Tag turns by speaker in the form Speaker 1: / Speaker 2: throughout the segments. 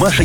Speaker 1: Маша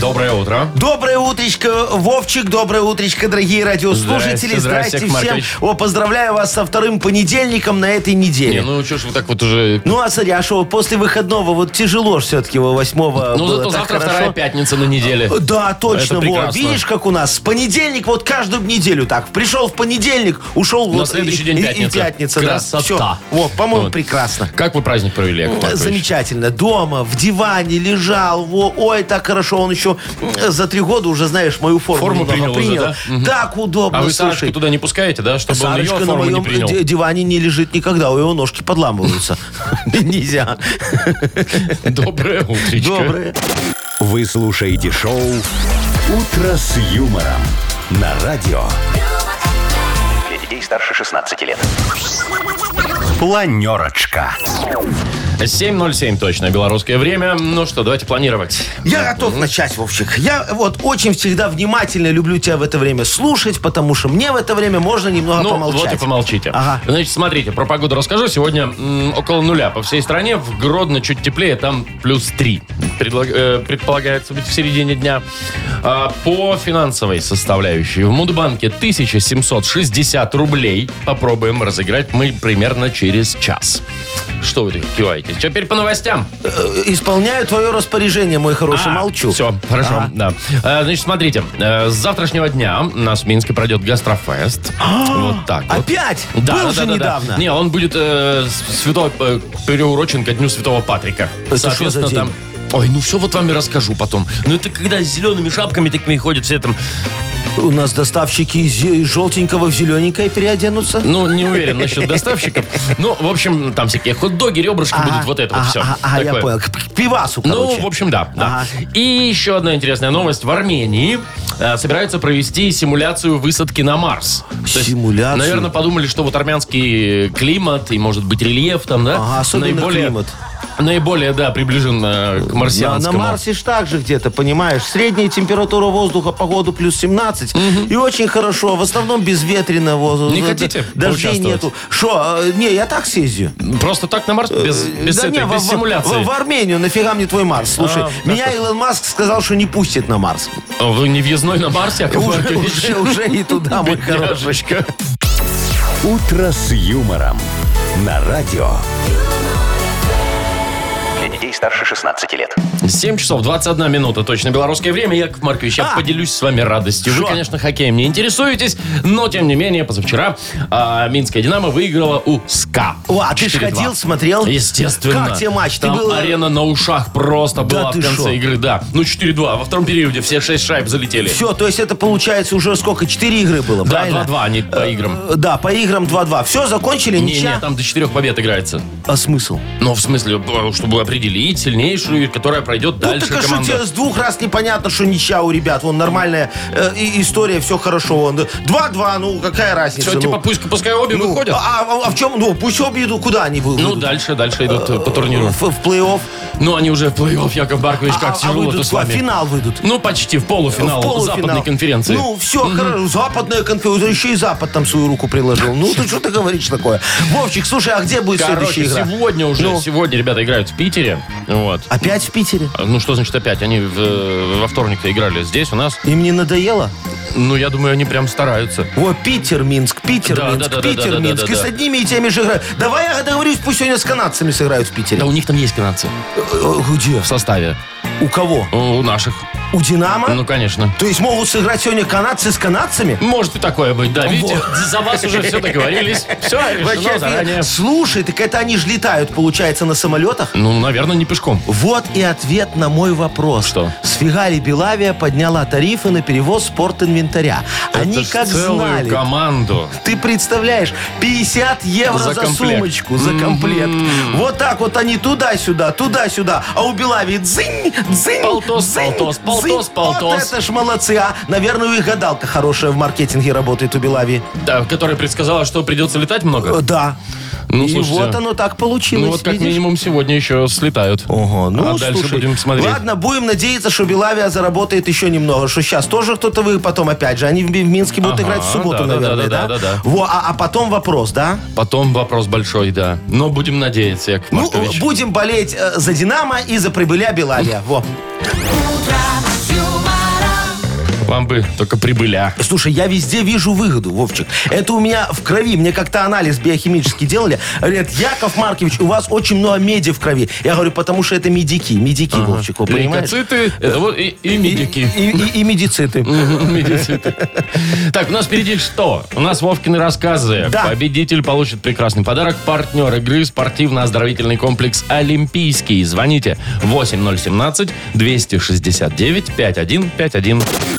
Speaker 2: Доброе утро.
Speaker 3: Доброе утречко, Вовчик, доброе утречко, дорогие радиослушатели.
Speaker 2: Здрасте, здрасте,
Speaker 3: Здрасте,
Speaker 2: Яков Маркович.
Speaker 3: всем. О, поздравляю вас со вторым понедельником на этой неделе.
Speaker 2: Не, ну что ж вы так вот уже...
Speaker 3: Ну, а смотри, а что, после выходного вот тяжело ж все-таки во восьмого
Speaker 2: Ну,
Speaker 3: было
Speaker 2: зато
Speaker 3: так
Speaker 2: завтра
Speaker 3: хорошо. Э,
Speaker 2: вторая пятница на неделе.
Speaker 3: Да, точно,
Speaker 2: прекрасно.
Speaker 3: вот, видишь, как у нас, с понедельник, вот каждую неделю так, пришел в понедельник, ушел
Speaker 2: На
Speaker 3: вот
Speaker 2: следующий
Speaker 3: и-
Speaker 2: день
Speaker 3: и-
Speaker 2: пятница.
Speaker 3: И пятница,
Speaker 2: Красота.
Speaker 3: да. Все, вот, по-моему,
Speaker 2: Вот.
Speaker 3: прекрасно.
Speaker 2: Как вы праздник провели, Яков Маркович?
Speaker 3: Э, Замечательно. Дома, в диване лежал. Во, ой, так хорошо. Он еще м, за три года уже, знаешь, мою форму,
Speaker 2: Форму
Speaker 3: немного
Speaker 2: принял уже, да? Мгм.
Speaker 3: Так удобно,
Speaker 2: А вы Сарочку
Speaker 3: Ну, слушай.
Speaker 2: туда не пускаете, да? Чтобы
Speaker 3: Сарочка
Speaker 2: он ее
Speaker 3: на
Speaker 2: форму не
Speaker 3: моем
Speaker 2: принял.
Speaker 3: ди- диване не лежит никогда, у его ножки подламываются. Нельзя.
Speaker 2: Доброе утречко.
Speaker 3: Доброе.
Speaker 1: Вы слушаете шоу «Утро с юмором» на радио. Для детей старше 16 лет. Планерочка.
Speaker 2: 7.07 точно, белорусское время. Ну что, давайте планировать.
Speaker 3: Я готов начать, Вовчик. Я вот очень всегда внимательно люблю тебя в это время слушать, потому что мне в это время можно немного
Speaker 2: ну,
Speaker 3: помолчать.
Speaker 2: вот и помолчите.
Speaker 3: Ага.
Speaker 2: Значит, смотрите, про погоду расскажу. Сегодня м, около нуля по всей стране. В Гродно чуть теплее, там плюс 3. предполагается быть в середине дня. А, по финансовой составляющей. В Мудбанке 1760 рублей. Попробуем разыграть мы примерно через час. Что вы так киваете? Теперь по новостям.
Speaker 3: Э, Исполняю твое распоряжение, мой хороший,
Speaker 2: А,
Speaker 3: молчу.
Speaker 2: Все, хорошо, да. Э, Значит, смотрите, э, с завтрашнего дня у нас в Минске пройдет гастрофест.
Speaker 3: А,
Speaker 2: Вот так вот.
Speaker 3: Опять?
Speaker 2: Да,
Speaker 3: Был
Speaker 2: да,
Speaker 3: же
Speaker 2: да, да.
Speaker 3: недавно.
Speaker 2: Не, он будет э, с- святого, э, переурочен ко дню Святого Патрика.
Speaker 3: Это что за день?
Speaker 2: там... Ой, ну все вот вам и расскажу потом. Ну это когда с зелеными шапками такими ходят все там...
Speaker 3: У нас доставщики из зе- из желтенького в зелененькое переоденутся.
Speaker 2: Ну, не уверен насчет доставщиков. Ну, в общем, там всякие хот-доги, ребрышки
Speaker 3: Ага,
Speaker 2: будут, вот это
Speaker 3: ага,
Speaker 2: вот все.
Speaker 3: Ага, ага, я понял. К к пивасу, короче.
Speaker 2: Ну, в общем, да. да.
Speaker 3: Ага.
Speaker 2: И еще одна интересная новость. В Армении э, собираются провести симуляцию высадки на Марс. То есть,
Speaker 3: Симуляцию?
Speaker 2: наверное, подумали, что вот армянский климат и, может быть, рельеф там, да?
Speaker 3: Ага, особенно климат.
Speaker 2: Наиболее, да, приближен э, к
Speaker 3: на, на
Speaker 2: марсианскому.
Speaker 3: Марсе ж так же где-то, понимаешь? Средняя температура воздуха по году плюс 17. И очень хорошо. В основном безветренно воздух.
Speaker 2: Не хотите
Speaker 3: Дождей
Speaker 2: поучаствовать?
Speaker 3: нету. Что? э, Не, я так съездю.
Speaker 2: Просто так на Марс без, без
Speaker 3: Э, Да
Speaker 2: этой,
Speaker 3: не,
Speaker 2: без
Speaker 3: во- во-
Speaker 2: симуляции.
Speaker 3: В, в Армению нафига мне твой Марс? Слушай,
Speaker 2: А,
Speaker 3: меня Илон Маск сказал, что не пустит на Марс.
Speaker 2: Вы не въездной на а Марс, Яков
Speaker 3: Уже,
Speaker 2: Маркович?
Speaker 3: уже, уже и туда, мой хороший.
Speaker 2: Бедняжечка.
Speaker 1: «Утро с юмором» на радио.
Speaker 4: Для детей старше 16 лет.
Speaker 2: 7 часов 21 минута, точно белорусское время. Яков Маркович, я
Speaker 3: А.
Speaker 2: поделюсь с вами радостью. Вы,
Speaker 3: Шо?
Speaker 2: конечно, хоккеем не интересуетесь, но, тем не менее, позавчера а, Минская «Динамо» выиграла у СКА.
Speaker 3: О, а ты ж
Speaker 2: 4-2.
Speaker 3: ходил, смотрел?
Speaker 2: Естественно.
Speaker 3: Как тебе матч? Ты
Speaker 2: Там
Speaker 3: был- э,
Speaker 2: арена на ушах просто была в
Speaker 3: ты
Speaker 2: конце
Speaker 3: шо?
Speaker 2: игры, да. Ну, 4-2. Во втором периоде все 6 шайб залетели.
Speaker 3: Все, то есть это получается уже сколько? Четыре игры было,
Speaker 2: да,
Speaker 3: правильно?
Speaker 2: 2-2 они по играм.
Speaker 3: Э, Да, по играм 2-2. Все, закончили?
Speaker 2: Не-не,
Speaker 3: Ничья?
Speaker 2: там до 4 побед играется.
Speaker 3: А смысл?
Speaker 2: Ну, в смысле, б- чтобы определить сильнейшую, которая пройдет
Speaker 3: Ну,
Speaker 2: дальше
Speaker 3: так а что
Speaker 2: команду.
Speaker 3: тебе с двух раз непонятно, что ничья у ребят. Вон нормальная э, и- история, все хорошо. Вон, э, 2-2, ну какая разница?
Speaker 2: Всё,
Speaker 3: ну?
Speaker 2: типа, пусть, пускай обе
Speaker 3: Ну,
Speaker 2: выходят.
Speaker 3: А, а- а в чем? Ну, пусть обе идут, куда они будут?
Speaker 2: Ну, дальше, дальше идут э, по турниру.
Speaker 3: В, в плей-офф.
Speaker 2: Ну, они уже в плей-офф, Яков Маркович,
Speaker 3: А-
Speaker 2: как
Speaker 3: а
Speaker 2: тяжело-то
Speaker 3: выйдут
Speaker 2: с вами.
Speaker 3: в финал выйдут.
Speaker 2: Ну, почти в полуфинал,
Speaker 3: В полуфинал.
Speaker 2: западной конференции.
Speaker 3: Ну, все, хорошо. Западная конференция. Еще и Запад там свою руку приложил. Ну, ты что ты говоришь такое? Вовчик, слушай, а где будет
Speaker 2: Короче,
Speaker 3: следующая игра?
Speaker 2: сегодня уже,
Speaker 3: Ну.
Speaker 2: сегодня ребята играют в Питере. Вот.
Speaker 3: Опять в Питере?
Speaker 2: Ну, что значит опять? Они в, э, во вторник-то играли здесь у нас.
Speaker 3: Им не надоело?
Speaker 2: Ну, я думаю, они прям стараются.
Speaker 3: Вот Питер, Минск, Питер,
Speaker 2: Да,
Speaker 3: Минск,
Speaker 2: да, да, да,
Speaker 3: Питер,
Speaker 2: да, да,
Speaker 3: Минск.
Speaker 2: да,
Speaker 3: И с
Speaker 2: да.
Speaker 3: одними и теми же играют. Давай я договорюсь, пусть сегодня с канадцами сыграют в Питере.
Speaker 2: Да у них там есть канадцы
Speaker 3: Э, э, Где?
Speaker 2: в составе.
Speaker 3: У кого?
Speaker 2: У наших.
Speaker 3: У Динамо?
Speaker 2: Ну, конечно.
Speaker 3: То есть могут сыграть сегодня канадцы с канадцами?
Speaker 2: Может и такое быть, да. Видите,
Speaker 3: Вот.
Speaker 2: за вас уже все договорились. Все
Speaker 3: Вообще
Speaker 2: решено
Speaker 3: офигенно.
Speaker 2: Ну, заранее.
Speaker 3: Слушай, так это они же летают, получается, на самолетах?
Speaker 2: Ну, наверное, не пешком.
Speaker 3: Вот и ответ на мой вопрос.
Speaker 2: Что?
Speaker 3: Сфига ли Белавия подняла тарифы на перевоз спортинвентаря? Они
Speaker 2: Это ж
Speaker 3: как
Speaker 2: целую
Speaker 3: знали.
Speaker 2: команду.
Speaker 3: Ты представляешь, 50 евро
Speaker 2: За
Speaker 3: за,
Speaker 2: комплект.
Speaker 3: сумочку, за комплект. Вот так вот они туда-сюда, туда-сюда. А у Белави дзынь, дзынь,
Speaker 2: Полтос,
Speaker 3: дзынь,
Speaker 2: полтос, полтос,
Speaker 3: дзынь.
Speaker 2: полтос.
Speaker 3: Вот это ж молодцы, а. Наверное, у их гадалка хорошая в маркетинге работает у Белави. Э,
Speaker 2: Да, которая предсказала, что придется летать много.
Speaker 3: Да.
Speaker 2: Ну,
Speaker 3: и
Speaker 2: слушайте,
Speaker 3: вот оно так получилось.
Speaker 2: Ну вот как
Speaker 3: видишь?
Speaker 2: минимум сегодня еще слетают.
Speaker 3: Ого, ну
Speaker 2: а дальше
Speaker 3: слушай,
Speaker 2: будем смотреть.
Speaker 3: Ладно, будем надеяться, что Белавия заработает еще немного. Что сейчас тоже кто-то вы потом опять же. Они в Ми- в Минске будут
Speaker 2: Ага,
Speaker 3: играть в субботу,
Speaker 2: да, да,
Speaker 3: наверное,
Speaker 2: да,
Speaker 3: да?
Speaker 2: да, да, да.
Speaker 3: Во, а, а потом вопрос, да?
Speaker 2: Потом вопрос большой, да. Но будем надеяться, Яков
Speaker 3: Ну,
Speaker 2: Маркович.
Speaker 3: будем болеть э, за Динамо и за прибыля Белавия. Во.
Speaker 2: Вам бы только прибыля.
Speaker 3: Слушай, я везде вижу выгоду, Вовчик. Это у меня в крови. Мне как-то анализ биохимический делали. Говорят, Яков Маркович, у вас очень много меди в крови. Я говорю, потому что это медики. Медики, Вовчик, вы понимаешь?
Speaker 2: Лейкоциты, это вот и, и медики.
Speaker 3: И, и- и медициты.
Speaker 2: Медициты. Так, у нас впереди что? У нас Вовкины рассказы.
Speaker 3: Да.
Speaker 2: Победитель получит прекрасный подарок. Партнер игры спортивно-оздоровительный комплекс «Олимпийский». Звоните 8017-269-5151.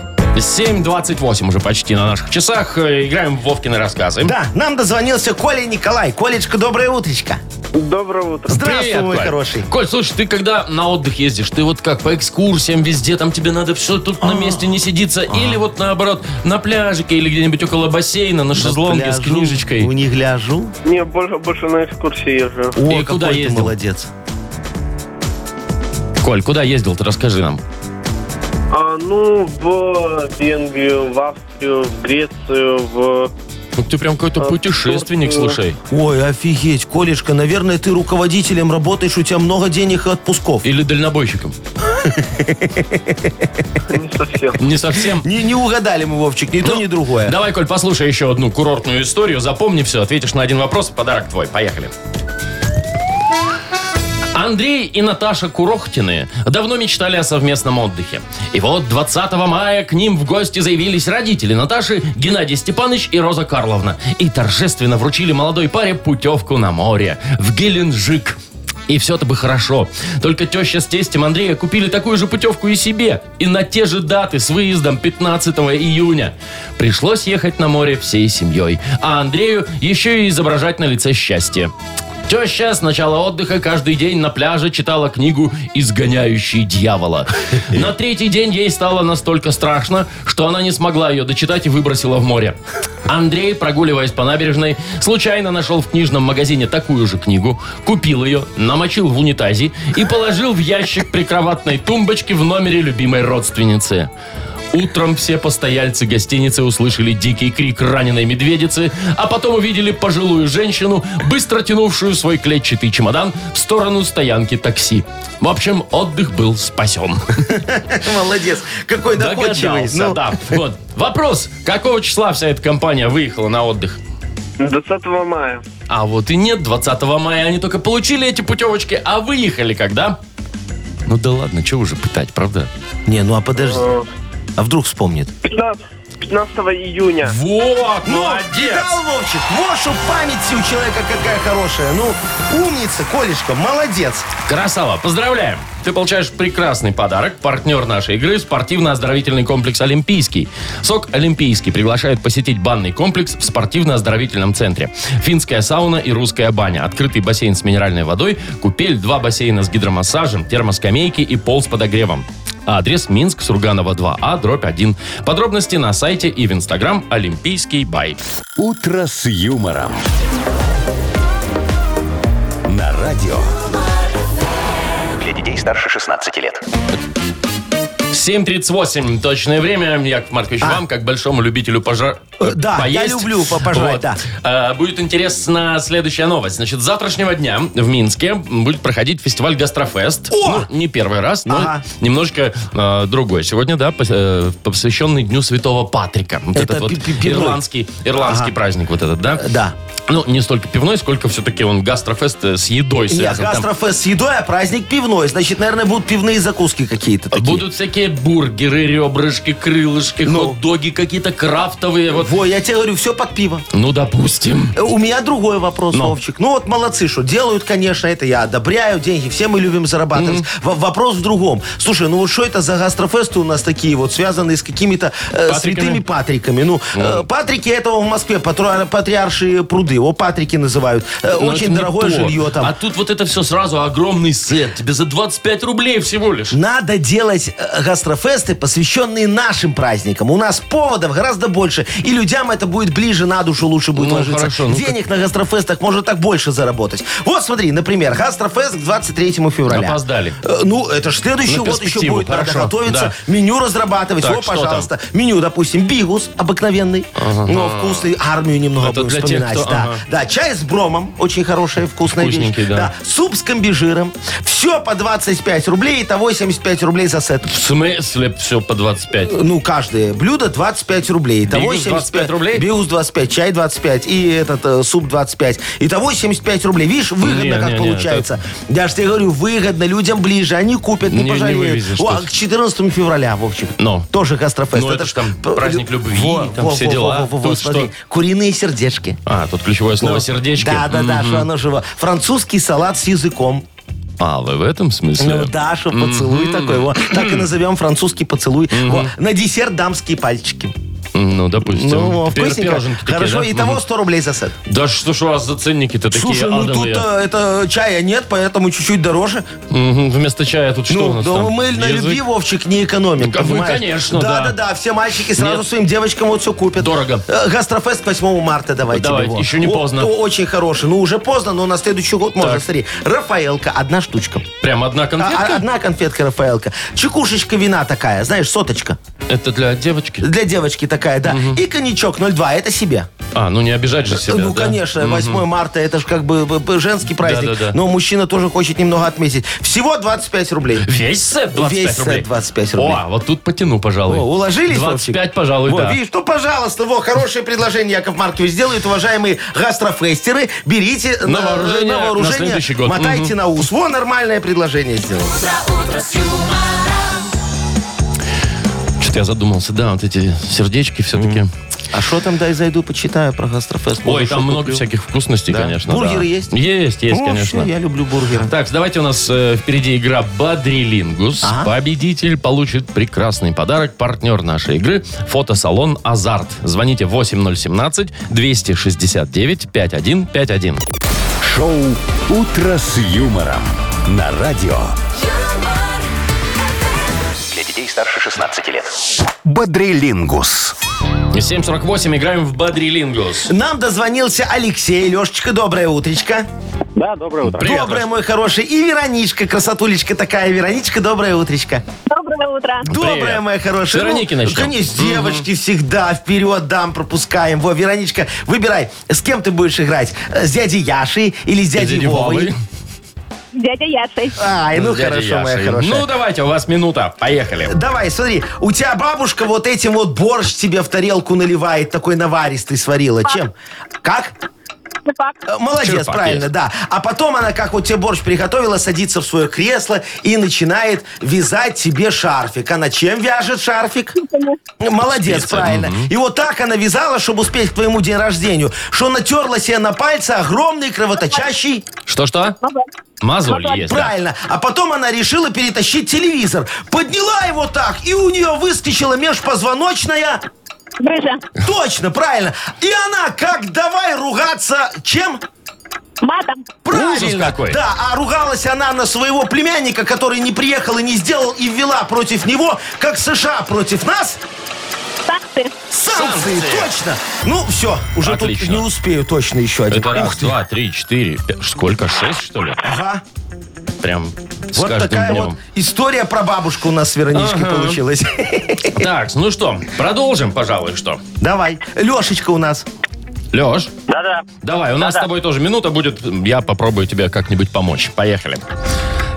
Speaker 2: 7.28 уже почти на наших часах. Э, Играем в Вовкины рассказы.
Speaker 3: Да, нам дозвонился Коля Николай. Колечка, доброе утречко.
Speaker 5: Доброе утро.
Speaker 3: Здравствуй,
Speaker 2: Привет,
Speaker 3: мой
Speaker 2: Коль.
Speaker 3: хороший.
Speaker 2: Коль, слушай, ты когда на отдых ездишь, ты вот как, по экскурсиям везде, там тебе надо все тут
Speaker 3: А.
Speaker 2: на месте не сидится, или вот наоборот, на пляжике, или где-нибудь около бассейна, на шезлонге с
Speaker 3: Пляжу,
Speaker 2: книжечкой.
Speaker 3: У них гляжу.
Speaker 5: Не, больше, больше на экскурсии езжу.
Speaker 3: О,
Speaker 2: И куда
Speaker 3: какой ты
Speaker 2: ездил?
Speaker 3: молодец.
Speaker 2: Коль, куда ездил, ты расскажи нам.
Speaker 5: А, ну, в Венгрию, в Австрию, в Грецию, в...
Speaker 2: Ну, ты прям какой-то
Speaker 5: А,
Speaker 2: путешественник,
Speaker 5: э,
Speaker 2: слушай.
Speaker 3: Ой, офигеть, Колечка, наверное, ты руководителем работаешь, у тебя много денег и отпусков.
Speaker 2: Или дальнобойщиком.
Speaker 5: Не совсем.
Speaker 2: Не совсем.
Speaker 3: Не, не угадали мы, Вовчик, ни то,
Speaker 2: Ну,
Speaker 3: ни другое.
Speaker 2: Давай, Коль, послушай еще одну курортную историю. Запомни все, ответишь на один вопрос, и подарок твой. Поехали. Андрей и Наташа Курохтины давно мечтали о совместном отдыхе. И вот 20 мая к ним в гости заявились родители Наташи, Геннадий Степанович и Роза Карловна. И торжественно вручили молодой паре путевку на море в Геленджик. И все-то бы хорошо. Только теща с тестем Андрея купили такую же путевку и себе. И на те же даты с выездом 15 июня. Пришлось ехать на море всей семьей. А Андрею еще и изображать на лице счастье. Теща с начала отдыха каждый день на пляже читала книгу «Изгоняющий дьявола». На третий день ей стало настолько страшно, что она не смогла ее дочитать и выбросила в море. Андрей, прогуливаясь по набережной, случайно нашел в книжном магазине такую же книгу, купил ее, намочил в унитазе и положил в ящик прикроватной тумбочки в номере любимой родственницы. Утром все постояльцы гостиницы услышали дикий крик раненой медведицы, а потом увидели пожилую женщину, быстро тянувшую свой клетчатый чемодан в сторону стоянки такси. В общем, отдых был спасен.
Speaker 3: Молодец, какой доходчивый.
Speaker 2: Догадался,
Speaker 3: Ну,
Speaker 2: да. Вот. Вопрос. Какого числа вся эта компания выехала на отдых?
Speaker 5: 20 мая.
Speaker 2: А вот и нет, 20 мая они только получили эти путевочки, а выехали когда? Ну да ладно, чего уже пытать, правда?
Speaker 3: Не, ну а подожди,
Speaker 5: э,
Speaker 3: а вдруг вспомнит?
Speaker 5: 15, 15 июня.
Speaker 2: Вот,
Speaker 3: Ну,
Speaker 2: молодец!
Speaker 3: видал, Вовчик, вот что память у человека какая хорошая. Ну, умница, Колечка, молодец.
Speaker 2: Красава, поздравляем! Ты получаешь прекрасный подарок. Партнер нашей игры – спортивно-оздоровительный комплекс «Олимпийский». СОК «Олимпийский» приглашает посетить банный комплекс в спортивно-оздоровительном центре. Финская сауна и русская баня, открытый бассейн с минеральной водой, купель, два бассейна с гидромассажем, термоскамейки и пол с подогревом. Адрес Минск, Сурганова 2А, дробь 1. Подробности на сайте и в инстаграм «Олимпийский бай».
Speaker 1: «Утро с юмором». На радио.
Speaker 4: Для детей старше 16 лет.
Speaker 2: 7.38 точное время. Яков Маркович, вам, как большому любителю пожар...
Speaker 3: А. Э, да, я
Speaker 2: поесть,
Speaker 3: люблю по- пожрать, да.
Speaker 2: э, Будет интересна следующая новость. Значит, с завтрашнего дня в Минске будет проходить фестиваль «Гастрофест».
Speaker 3: О!
Speaker 2: Ну, не первый раз, но
Speaker 3: Ага.
Speaker 2: немножко э, другой. Сегодня, да, пос- э, посвященный Дню Святого Патрика. Вот
Speaker 3: Это
Speaker 2: этот вот
Speaker 3: пи- пи- пивной.
Speaker 2: ирландский, ирландский
Speaker 3: Ага.
Speaker 2: праздник вот этот, да?
Speaker 3: Э, Да.
Speaker 2: Ну, не столько пивной, сколько все-таки он гастрофест э, с едой
Speaker 3: Нет,
Speaker 2: связан. Там
Speaker 3: гастрофест с едой, а праздник пивной. Значит, наверное, будут пивные закуски какие-то такие.
Speaker 2: Будут всякие бургеры, ребрышки, крылышки,
Speaker 3: Ну.
Speaker 2: хот-доги какие-то крафтовые. Вот.
Speaker 3: Во, я тебе говорю, все под пиво.
Speaker 2: Ну, допустим.
Speaker 3: Э, У меня другой вопрос,
Speaker 2: Ну.
Speaker 3: Вовчик. Ну вот молодцы, что делают, конечно, это я одобряю, деньги все мы любим зарабатывать. В- вопрос в другом. Слушай, ну вот что это за гастрофесты у нас такие, вот связанные с какими-то
Speaker 2: Патриками?
Speaker 3: э,
Speaker 2: Ну.
Speaker 3: святыми патриками? Ну, э, патрики этого в Москве, патра- патриарши пруды Клеопатрики называют. Э,
Speaker 2: Но это
Speaker 3: Очень
Speaker 2: не
Speaker 3: дорогое
Speaker 2: то.
Speaker 3: жилье там.
Speaker 2: А тут вот это все сразу огромный сет. Тебе за 25 рублей всего лишь.
Speaker 3: Надо делать э, гастрофесты, посвященные нашим праздникам. У нас поводов гораздо больше. И людям это будет ближе на душу, лучше будет
Speaker 2: Ну,
Speaker 3: ложиться.
Speaker 2: хорошо, ну
Speaker 3: Денег на гастрофестах можно так больше заработать. Вот смотри, например, гастрофест к 23 февраля.
Speaker 2: Опоздали.
Speaker 3: Э, Ну, это ж следующий
Speaker 2: На
Speaker 3: год еще
Speaker 2: перспективу,
Speaker 3: будет. Надо
Speaker 2: хорошо,
Speaker 3: готовиться,
Speaker 2: да.
Speaker 3: меню разрабатывать.
Speaker 2: Так,
Speaker 3: О,
Speaker 2: что там?
Speaker 3: пожалуйста. Меню, допустим, бигус обыкновенный, но вкусный. Армию немного
Speaker 2: Это
Speaker 3: будем
Speaker 2: для тех,
Speaker 3: вспоминать.
Speaker 2: кто-
Speaker 3: да.
Speaker 2: ага.
Speaker 3: да, чай с бромом, очень хорошая, вкусная вещь.
Speaker 2: Вкусненький, да.
Speaker 3: Суп с комбижиром. Все по 25 рублей, итого 75 рублей за сет.
Speaker 2: В смысле все по 25?
Speaker 3: Ну, каждое блюдо 25 рублей. Итого
Speaker 2: Бигус 25 рублей?
Speaker 3: Биус 25, чай 25 и этот э, суп 25. Итого 75 рублей. Видишь, выгодно
Speaker 2: Не,
Speaker 3: как
Speaker 2: не, не,
Speaker 3: получается. Я же тебе говорю, выгодно, людям ближе, они купят, не,
Speaker 2: Не- не
Speaker 3: пожалеют.
Speaker 2: вывезешь
Speaker 3: О, а
Speaker 2: тут.
Speaker 3: к 14 февраля, Вовчик.
Speaker 2: Ну.
Speaker 3: Тоже гастрофест.
Speaker 2: Ну, это
Speaker 3: ж
Speaker 2: ж там
Speaker 3: п-
Speaker 2: праздник любви, там все дела.
Speaker 3: во, во, во,
Speaker 2: Тут
Speaker 3: смотри,
Speaker 2: что?
Speaker 3: куриные сердечки.
Speaker 2: А, тут ключевое слово сердечки.
Speaker 3: Да, да, да, Ну, что оно живо. Французский салат с языком.
Speaker 2: А, вы в этом смысле?
Speaker 3: Ну, Даша, поцелуй такой. Во. Так и назовем французский поцелуй. Во. На десерт дамские пальчики.
Speaker 2: Ну, допустим.
Speaker 3: Ну, во,
Speaker 2: Пир-
Speaker 3: вкусненько.
Speaker 2: пироженки такие,
Speaker 3: Хорошо,
Speaker 2: да?
Speaker 3: и того
Speaker 2: Мгм.
Speaker 3: 100 рублей за сет.
Speaker 2: Да что ж у вас за ценники-то такие
Speaker 3: Слушай, ну тут
Speaker 2: адовые?
Speaker 3: э, это чая нет, поэтому чуть-чуть дороже.
Speaker 2: Мгм, Вместо чая тут что у
Speaker 3: ну,
Speaker 2: нас
Speaker 3: да
Speaker 2: там?
Speaker 3: мы на
Speaker 2: Язык?
Speaker 3: любви, Вовчик, не экономим,
Speaker 2: Так, а вы,
Speaker 3: понимаешь?
Speaker 2: конечно, да.
Speaker 3: Да, да, да, все мальчики сразу
Speaker 2: Нет.
Speaker 3: своим девочкам вот все купят.
Speaker 2: Дорого.
Speaker 3: Э, Гастрофест к 8 марта давайте.
Speaker 2: Давайте, еще не поздно.
Speaker 3: Очень хороший. Ну, уже поздно, но на следующий год можно.
Speaker 2: Так.
Speaker 3: Смотри, Рафаэлка, одна штучка.
Speaker 2: Прям одна
Speaker 3: А- а-
Speaker 2: конфетка?
Speaker 3: одна конфетка Рафаэлка. Чекушечка вина такая, знаешь, соточка.
Speaker 2: Это для девочки?
Speaker 3: Для девочки такая, да. И коньячок 0,2, это себе.
Speaker 2: А, ну не обижать же себя,
Speaker 3: ну,
Speaker 2: да?
Speaker 3: конечно, 8 марта, это же как бы б- б- женский праздник.
Speaker 2: Да-да-да.
Speaker 3: Но мужчина тоже хочет немного отметить. Всего 25 рублей.
Speaker 2: Весь сет 25
Speaker 3: Весь сет
Speaker 2: рублей?
Speaker 3: 25 рублей.
Speaker 2: О, а вот тут потяну, пожалуй.
Speaker 3: О, уложились,
Speaker 2: 25,
Speaker 3: Вовчик?
Speaker 2: пожалуй,
Speaker 3: Во,
Speaker 2: да.
Speaker 3: Видишь, ну, пожалуйста, во, хорошее предложение Яков Маркович сделает, уважаемые гастрофестеры. Берите
Speaker 2: На вооружение, на следующий год.
Speaker 3: мотайте на ус. Во, нормальное предложение сделал.
Speaker 2: Что-то я задумался, да, вот эти сердечки все-таки.
Speaker 3: А что там, дай зайду, почитаю про гастрофест.
Speaker 2: Ой,
Speaker 3: Может,
Speaker 2: там
Speaker 3: что
Speaker 2: много
Speaker 3: куплю?
Speaker 2: всяких вкусностей,
Speaker 3: Да.
Speaker 2: конечно.
Speaker 3: Бургеры
Speaker 2: да.
Speaker 3: есть?
Speaker 2: Есть, есть,
Speaker 3: О,
Speaker 2: конечно.
Speaker 3: всё, я люблю бургеры.
Speaker 2: Так, давайте у нас э, впереди игра «Бодрилингус».
Speaker 3: Ага.
Speaker 2: Победитель получит прекрасный подарок. Партнер нашей игры – фотосалон «Азарт». Звоните 8017-269-5151.
Speaker 1: Шоу «Утро с юмором» на радио
Speaker 6: юмор,
Speaker 4: Для детей старше 16 лет.
Speaker 1: «Бодрилингус».
Speaker 2: 748, играем в «Бодрилингус».
Speaker 3: Нам дозвонился Алексей. Лешечка, доброе утречко.
Speaker 5: Да, доброе утро.
Speaker 2: Привет,
Speaker 3: доброе,
Speaker 2: Леш.
Speaker 3: мой хороший. И Вероничка, красотулечка такая. Вероничка, доброе утречко.
Speaker 7: Доброе утро.
Speaker 3: Доброе,
Speaker 2: Привет.
Speaker 3: моя хорошая.
Speaker 2: С Вероники
Speaker 3: ну,
Speaker 2: начнем.
Speaker 3: Конечно, девочки всегда вперед дам, пропускаем. Во, Вероничка, выбирай, с кем ты будешь играть? Э, С дядей Яшей или с дядей,
Speaker 2: Дядя
Speaker 3: Вовой?
Speaker 2: Вовы.
Speaker 7: Дядя Яшей.
Speaker 3: Ай, ну
Speaker 2: С дядей
Speaker 3: хорошо, моя
Speaker 2: Яшей.
Speaker 3: хорошая.
Speaker 2: Ну, давайте, у вас минута. Поехали.
Speaker 3: Давай, смотри, у тебя бабушка вот этим вот борщ тебе в тарелку наливает, такой наваристый сварила. Чем? Как?
Speaker 7: Чупак.
Speaker 3: Э, Молодец,
Speaker 2: Черпак
Speaker 3: правильно,
Speaker 2: есть.
Speaker 3: да. А потом она, как вот тебе борщ приготовила, садится в свое кресло и начинает вязать тебе шарфик. Она чем вяжет шарфик? Молодец,
Speaker 2: Спицами.
Speaker 3: правильно. И вот так она вязала, чтобы успеть к твоему день рождения, что натерла себе на пальце огромный кровоточащий.
Speaker 2: Что-что? Мозоль
Speaker 7: Мозоль.
Speaker 2: есть, да.
Speaker 3: Правильно. А потом она решила перетащить телевизор. Подняла его так, и у нее выскочила межпозвоночная...
Speaker 7: Грыжа.
Speaker 3: Точно, правильно. И она как давай ругаться чем?
Speaker 7: Матом.
Speaker 3: Правильно.
Speaker 2: Ужас какой.
Speaker 3: Да, а ругалась она на своего племянника, который не приехал и не сделал, и ввела против него, как США против нас,
Speaker 7: Санкции.
Speaker 3: санкции.
Speaker 2: Санкции.
Speaker 3: Точно. Ну, все, уже
Speaker 2: Отлично.
Speaker 3: тут не успею точно еще один.
Speaker 2: Это
Speaker 3: Ух
Speaker 2: раз,
Speaker 3: ты.
Speaker 2: два, три, четыре, пять. Сколько? Шесть, что ли?
Speaker 3: Ага.
Speaker 2: Прям с
Speaker 3: Вот
Speaker 2: каждым
Speaker 3: такая
Speaker 2: днем.
Speaker 3: вот история про бабушку у нас с Вероничкой
Speaker 2: Ага.
Speaker 3: получилась.
Speaker 2: Так, ну что, продолжим, пожалуй, что.
Speaker 3: Давай. Лешечка у нас.
Speaker 2: Леш,
Speaker 5: Да-да.
Speaker 2: давай, у нас с тобой тоже минута будет. Я попробую тебе как-нибудь помочь. Поехали.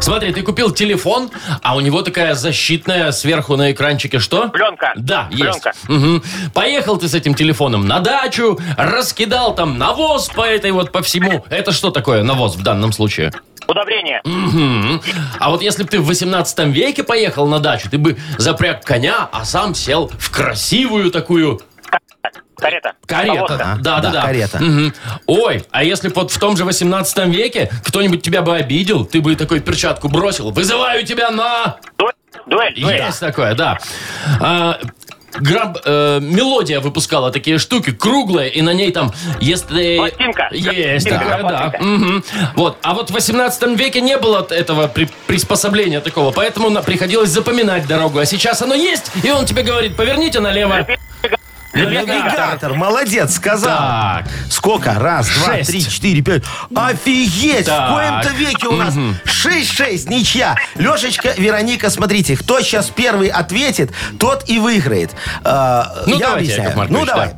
Speaker 2: Смотри, ты купил телефон, а у него такая защитная сверху на экранчике что?
Speaker 5: Пленка.
Speaker 2: Да,
Speaker 5: Пленка.
Speaker 2: есть. Мгм. Поехал ты с этим телефоном на дачу, раскидал там навоз по этой вот, по всему. Это что такое навоз в данном случае?
Speaker 5: Удобрение.
Speaker 2: Мгм. А вот если бы ты в 18 веке поехал на дачу, ты бы запряг коня, а сам сел в красивую такую
Speaker 5: Карета.
Speaker 2: карета. Да, да,
Speaker 3: да,
Speaker 2: да.
Speaker 3: карета.
Speaker 2: Мгм. Ой, а если б вот в том же 18 веке кто-нибудь тебя бы обидел, ты бы такой перчатку бросил, вызываю тебя на... Ну,
Speaker 5: Дуэль. Дуэль.
Speaker 2: Есть такое, да. А, грамм, э, мелодия выпускала такие штуки, круглые, и на ней там, если...
Speaker 5: Пластинка.
Speaker 2: Есть
Speaker 5: Пластинка,
Speaker 2: такая, да.
Speaker 5: пластинка.
Speaker 2: Мгм. Вот. А вот в 18 веке не было т- этого при- приспособления такого, поэтому на- приходилось запоминать дорогу. А сейчас оно есть, и он тебе говорит, поверните налево.
Speaker 3: Навигатор, молодец, сказал.
Speaker 2: Так.
Speaker 3: Сколько? Раз, два,
Speaker 2: Шесть.
Speaker 3: три, четыре, пять. Офигеть!
Speaker 2: Так.
Speaker 3: В коем-то веке у нас 6-6, ничья. Лешечка, Вероника, смотрите, кто сейчас первый ответит, тот и выиграет. А,
Speaker 2: Ну, давайте,
Speaker 3: Я
Speaker 2: Яков
Speaker 3: объясняю.
Speaker 2: Маркович,
Speaker 3: Ну,
Speaker 2: да.
Speaker 3: давай.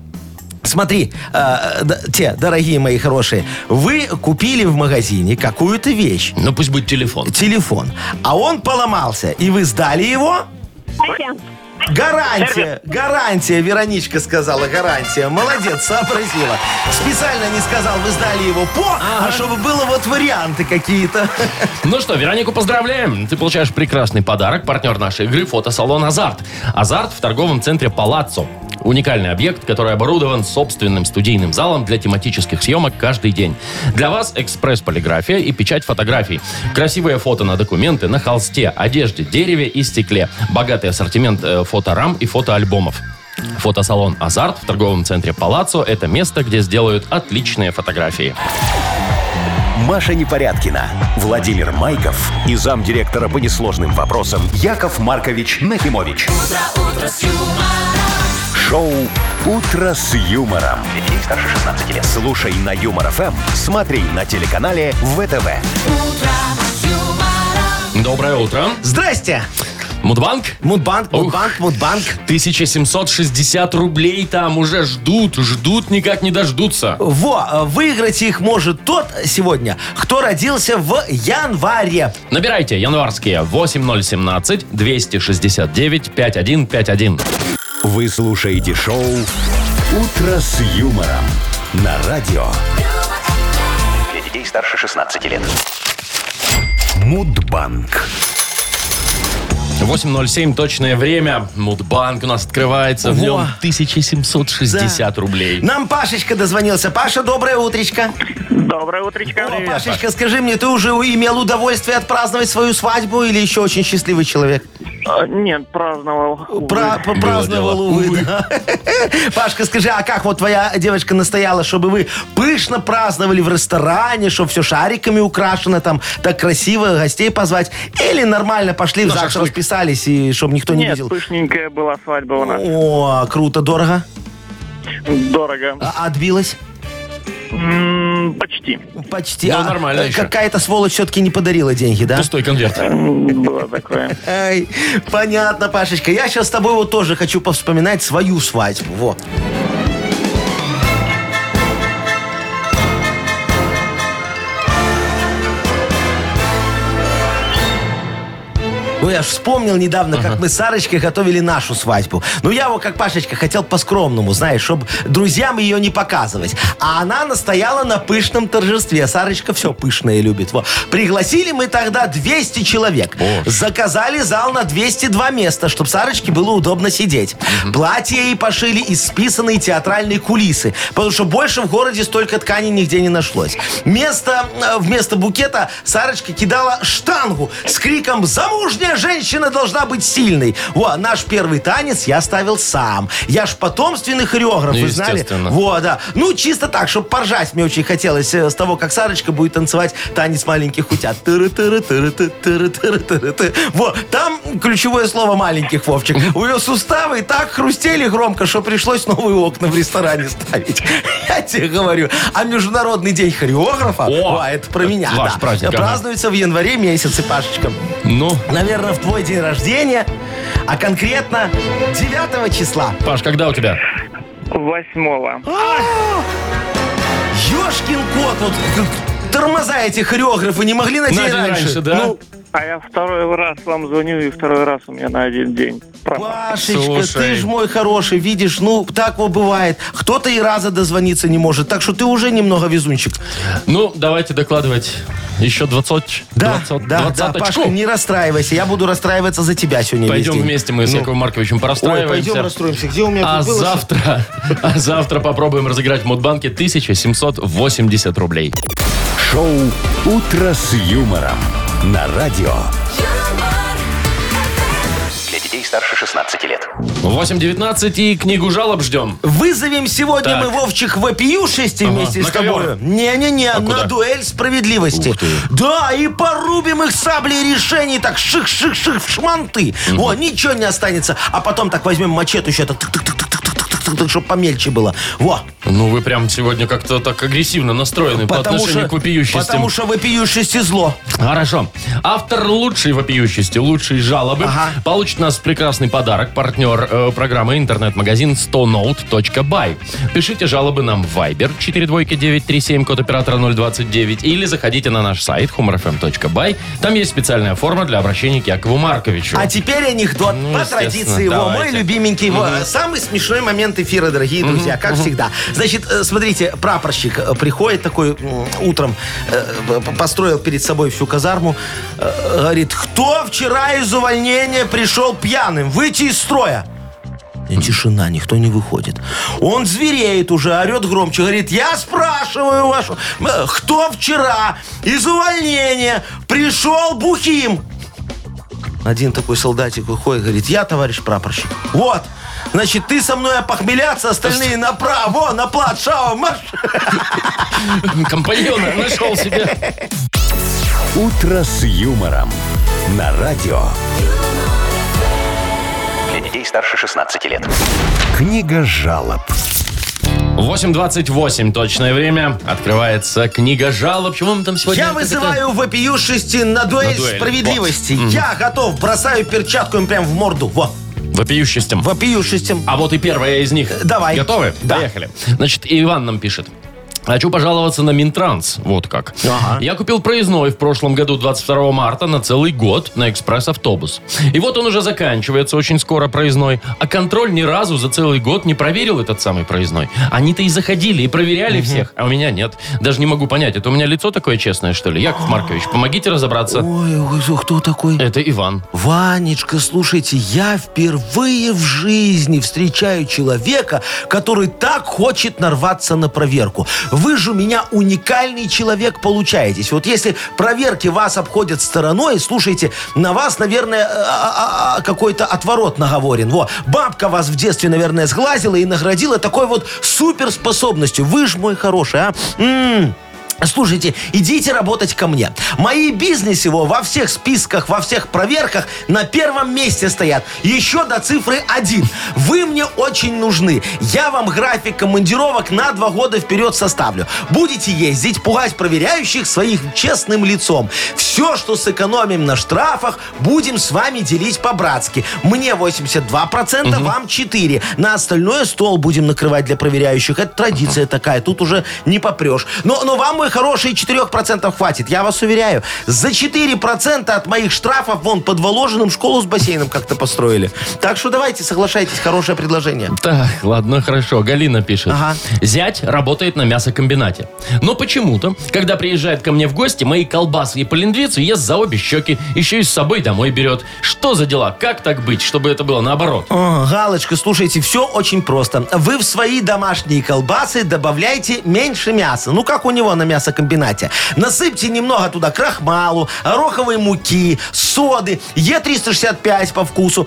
Speaker 3: Смотри, а, д- те, дорогие мои хорошие, вы купили в магазине какую-то вещь,
Speaker 2: Ну пусть будет телефон.
Speaker 3: телефон, а он поломался, и вы сдали его
Speaker 7: Пойдем.
Speaker 3: Гарантия, гарантия, Вероничка сказала, гарантия. Молодец, сообразила. Специально не сказал, вы сдали его по, а чтобы было вот варианты какие-то.
Speaker 2: Ну что, Веронику поздравляем. Ты получаешь прекрасный подарок. Партнер нашей игры – фотосалон «Азарт». «Азарт» в торговом центре «Палаццо». Уникальный объект, который оборудован собственным студийным залом для тематических съемок каждый день. Для вас экспресс-полиграфия и печать фотографий. Красивые фото на документы, на холсте, одежде, дереве и стекле. Богатый ассортимент э, фоторам и фотоальбомов. Фотосалон «Азарт» в торговом центре «Палаццо» – это место, где сделают отличные фотографии.
Speaker 1: Маша Непорядкина, Владимир Майков и замдиректора по несложным вопросам Яков Маркович Нахимович. Шоу Утро с юмором.
Speaker 4: Для детей старше 16 лет.
Speaker 1: Слушай на Юмор ФМ, смотри на телеканале ВТВ.
Speaker 2: Доброе утро.
Speaker 3: Здрасте.
Speaker 2: Мудбанк?
Speaker 3: Мудбанк,
Speaker 2: Ух.
Speaker 3: Мудбанк, Мудбанк.
Speaker 2: 1760 рублей там уже ждут, ждут, никак не дождутся.
Speaker 3: Во, э, выиграть их может тот сегодня, кто родился в январе.
Speaker 2: Набирайте январские 8017-269-5151.
Speaker 1: Вы слушаете шоу Утро с юмором на радио
Speaker 4: Для детей старше 16 лет.
Speaker 1: Мудбанк.
Speaker 2: 8.07 точное время. Мудбанк у нас открывается. В
Speaker 3: Во.
Speaker 2: нем 1760 рублей.
Speaker 3: Нам Пашечка дозвонился. Паша, доброе утречко.
Speaker 5: Доброе утречко.
Speaker 3: О, Пашечка, скажи мне, ты уже имел удовольствие отпраздновать свою свадьбу или еще очень счастливый человек?
Speaker 5: А, Нет, праздновал.
Speaker 3: Пра-
Speaker 2: Было
Speaker 3: Праздновал,
Speaker 2: дело.
Speaker 3: увы, да. Пашка, скажи, а как вот твоя девочка настояла, чтобы вы пышно праздновали в ресторане, чтобы все шариками украшено, там так красиво гостей позвать? Или нормально пошли, в ЗАГС
Speaker 2: шашлык.
Speaker 3: расписались, и чтобы никто не
Speaker 5: Нет,
Speaker 3: видел?
Speaker 5: пышненькая была свадьба у нас.
Speaker 3: О, круто, дорого.
Speaker 5: Дорого.
Speaker 3: А отбилась?
Speaker 5: М, Почти.
Speaker 3: Почти.
Speaker 2: Ну,
Speaker 3: А,
Speaker 2: нормально
Speaker 3: э,
Speaker 2: еще.
Speaker 3: Какая-то сволочь все-таки не подарила деньги, да?
Speaker 2: Пустой конверт.
Speaker 5: М, Было такое.
Speaker 3: Ай, понятно, Пашечка. Я сейчас с тобой вот тоже хочу повспоминать свою свадьбу. Во. Ну, я ж вспомнил недавно, как мы с Сарочкой готовили нашу свадьбу. Ну, я вот, как Пашечка, хотел по-скромному, знаешь, чтобы друзьям ее не показывать. А она настояла на пышном торжестве. Сарочка все пышное любит. Во. Пригласили мы тогда 200 человек. Заказали зал на 202 места, чтобы Сарочке было удобно сидеть. Платье ей пошили из списанной театральной кулисы, потому что больше в городе столько тканей нигде не нашлось. Вместо, э, вместо букета Сарочка кидала штангу с криком «Замужняя женщина должна быть сильной!» Во, наш первый танец я ставил сам. Я ж потомственный хореограф,
Speaker 2: Ну,
Speaker 3: вы знали?
Speaker 2: естественно.
Speaker 3: Во, да. Ну, чисто так, чтобы поржать мне очень хотелось э, с того, как Сарочка будет танцевать танец маленьких утят. Тыры-тыры-тыры-ты, тыры-тыры-тыры-ты. Во, там ключевое слово маленьких, Вовчик. У ее суставы так хрустели громко, что пришлось новые окна в ресторане ставить. Я тебе говорю. А Международный день хореографа,
Speaker 2: О,
Speaker 3: о, это про меня,
Speaker 2: ваш
Speaker 3: да,
Speaker 2: праздник, ага.
Speaker 3: празднуется в январе месяце, Пашечка.
Speaker 2: Ну,
Speaker 3: Наверное, в твой день рождения, а конкретно 9 числа.
Speaker 2: Паш, когда у тебя?
Speaker 5: Восьмого.
Speaker 3: Ёшкин кот, вот к- тормоза эти хореографы не могли на день,
Speaker 2: день
Speaker 3: раньше.
Speaker 2: раньше, да.
Speaker 3: Ну,
Speaker 5: А я второй раз вам звоню, и второй раз у меня на один день. Пропал.
Speaker 3: Пашечка,
Speaker 2: Слушай.
Speaker 3: ты ж мой хороший, видишь, ну, так вот бывает. Кто-то и раза дозвониться не может, так что ты уже немного везунчик.
Speaker 2: Ну, давайте докладывать. Еще 20,
Speaker 3: Да,
Speaker 2: 20,
Speaker 3: да, да,
Speaker 2: 20
Speaker 3: Пашка, не расстраивайся, я буду расстраиваться за тебя сегодня весь
Speaker 2: Пойдем
Speaker 3: день.
Speaker 2: вместе мы с
Speaker 3: Ну.
Speaker 2: Яковом Марковичем
Speaker 3: Ой,
Speaker 2: порастраиваемся.
Speaker 3: пойдем расстроимся. Где у меня
Speaker 2: А
Speaker 3: тут было?
Speaker 2: завтра, а завтра попробуем разыграть в Мудбанке 1780 рублей.
Speaker 1: Шоу Утро с юмором на радио
Speaker 4: Для детей старше старше 16 лет.
Speaker 2: 8.19 и книгу жалоб ждем.
Speaker 3: Вызовем сегодня
Speaker 2: Так.
Speaker 3: мы Вовчик вопиюшести вместе
Speaker 2: на
Speaker 3: с тобой.
Speaker 2: ковер.
Speaker 3: Не-не-не, на
Speaker 2: куда?
Speaker 3: дуэль справедливости. Да, и порубим их саблей решений, так ших-ших-ших в шманты. О, ничего не останется. А потом так возьмем мачету еще, так чтобы помельче было. Во,
Speaker 2: Ну, вы прям сегодня как-то так агрессивно настроены по
Speaker 3: потому
Speaker 2: отношению
Speaker 3: что,
Speaker 2: к вопиющестям.
Speaker 3: потому что вопиющести зло.
Speaker 2: Хорошо. Автор лучшей вопиющести, лучшей жалобы
Speaker 3: Ага.
Speaker 2: получит у нас прекрасный подарок. Партнер э, программы интернет-магазин 100note.by. Пишите жалобы нам в Viber 42937, код оператора 029, или заходите на наш сайт humorfm.by. Там есть специальная форма для обращения к Якову Марковичу.
Speaker 3: А теперь анекдот.
Speaker 2: Ну,
Speaker 3: По
Speaker 2: естественно,
Speaker 3: традиции его, мой
Speaker 2: давайте.
Speaker 3: любименький, его, э, самый смешной момент эфира, дорогие друзья, как всегда. Значит, э, смотрите, прапорщик э, приходит такой м, утром, э, п- построил перед собой всю казарму, э, говорит, кто вчера из увольнения пришел пьяным? Выйти из строя. И Тишина, никто не выходит. Он звереет уже, орет громче, говорит, я спрашиваю вашу, э, кто вчера из увольнения пришел бухим? Один такой солдатик выходит, говорит, я товарищ прапорщик. Вот, значит, ты со мной опохмеляться, остальные направо, во, на плат, шао, марш.
Speaker 2: Компаньона нашел себе.
Speaker 1: «Утро с юмором» на радио.
Speaker 4: Для детей старше 16 лет.
Speaker 1: Книга жалоб.
Speaker 2: 8.28 точное время. Открывается книга жалоб. Чего мы там сегодня?
Speaker 3: Я
Speaker 2: как ну это?
Speaker 3: вызываю вопиюшести на дуэль,
Speaker 2: На дуэль.
Speaker 3: справедливости. Я готов, бросаю перчатку им прям в морду. Во,
Speaker 2: Вопиющестям.
Speaker 3: вопиюшестям.
Speaker 2: А вот и первая из них.
Speaker 3: Э, Давай.
Speaker 2: Готовы?
Speaker 3: Да.
Speaker 2: Поехали. Значит, Иван нам пишет. Хочу пожаловаться на Минтранс. Вот как.
Speaker 3: Ага.
Speaker 2: Я купил проездной в прошлом году 22 марта на целый год на экспресс-автобус. И вот он уже заканчивается очень скоро проездной. А контроль ни разу за целый год не проверил этот самый проездной. Они-то и заходили, и проверяли всех. А у меня нет. Даже не могу понять, это у меня лицо такое честное, что ли? Яков Маркович, помогите разобраться.
Speaker 3: Ой, ой, кто такой?
Speaker 2: Это Иван.
Speaker 3: Ванечка, слушайте, я впервые в жизни встречаю человека, который так хочет нарваться на проверку. Вы же у меня уникальный человек получаетесь. Вот если проверки вас обходят стороной, слушайте, на вас, наверное, э, а- а- а, какой-то отворот наговорен. Во, бабка вас в детстве, наверное, сглазила и наградила такой вот суперспособностью. Вы ж мой хороший, а? М. Слушайте, идите работать ко мне. Мои бизнесы его во всех списках, во всех проверках на первом месте стоят. Еще до цифры 1. Вы мне очень нужны. Я вам график командировок на два года вперед составлю. Будете ездить, пугать проверяющих своих честным лицом. Все, что сэкономим на штрафах, будем с вами делить по-братски. Мне 82%, вам 4%. На остальное стол будем накрывать для проверяющих. Это традиция такая, тут уже не попрешь. Но, но вам, мой хороший, 4% хватит, я вас уверяю. За 4% от моих штрафов вон под Воложенным школу с бассейном как-то построили. Так что давайте, соглашайтесь, хорошее предложение.
Speaker 2: Так, ладно, хорошо. Галина пишет.
Speaker 3: Ага.
Speaker 2: Зять работает на мясокомбинате. Но почему-то, когда приезжает ко мне в гости, мои колбасы и полиндвицу ест за обе щеки, еще и с собой домой берет. Что за дела? Как так быть, чтобы это было наоборот?
Speaker 3: О, Галочка, слушайте, все очень просто. Вы в свои домашние колбасы добавляйте меньше мяса. Ну, как у него на мясокомбинате. Насыпьте немного туда крахмалу, ороховой муки, соды, Е365 по вкусу,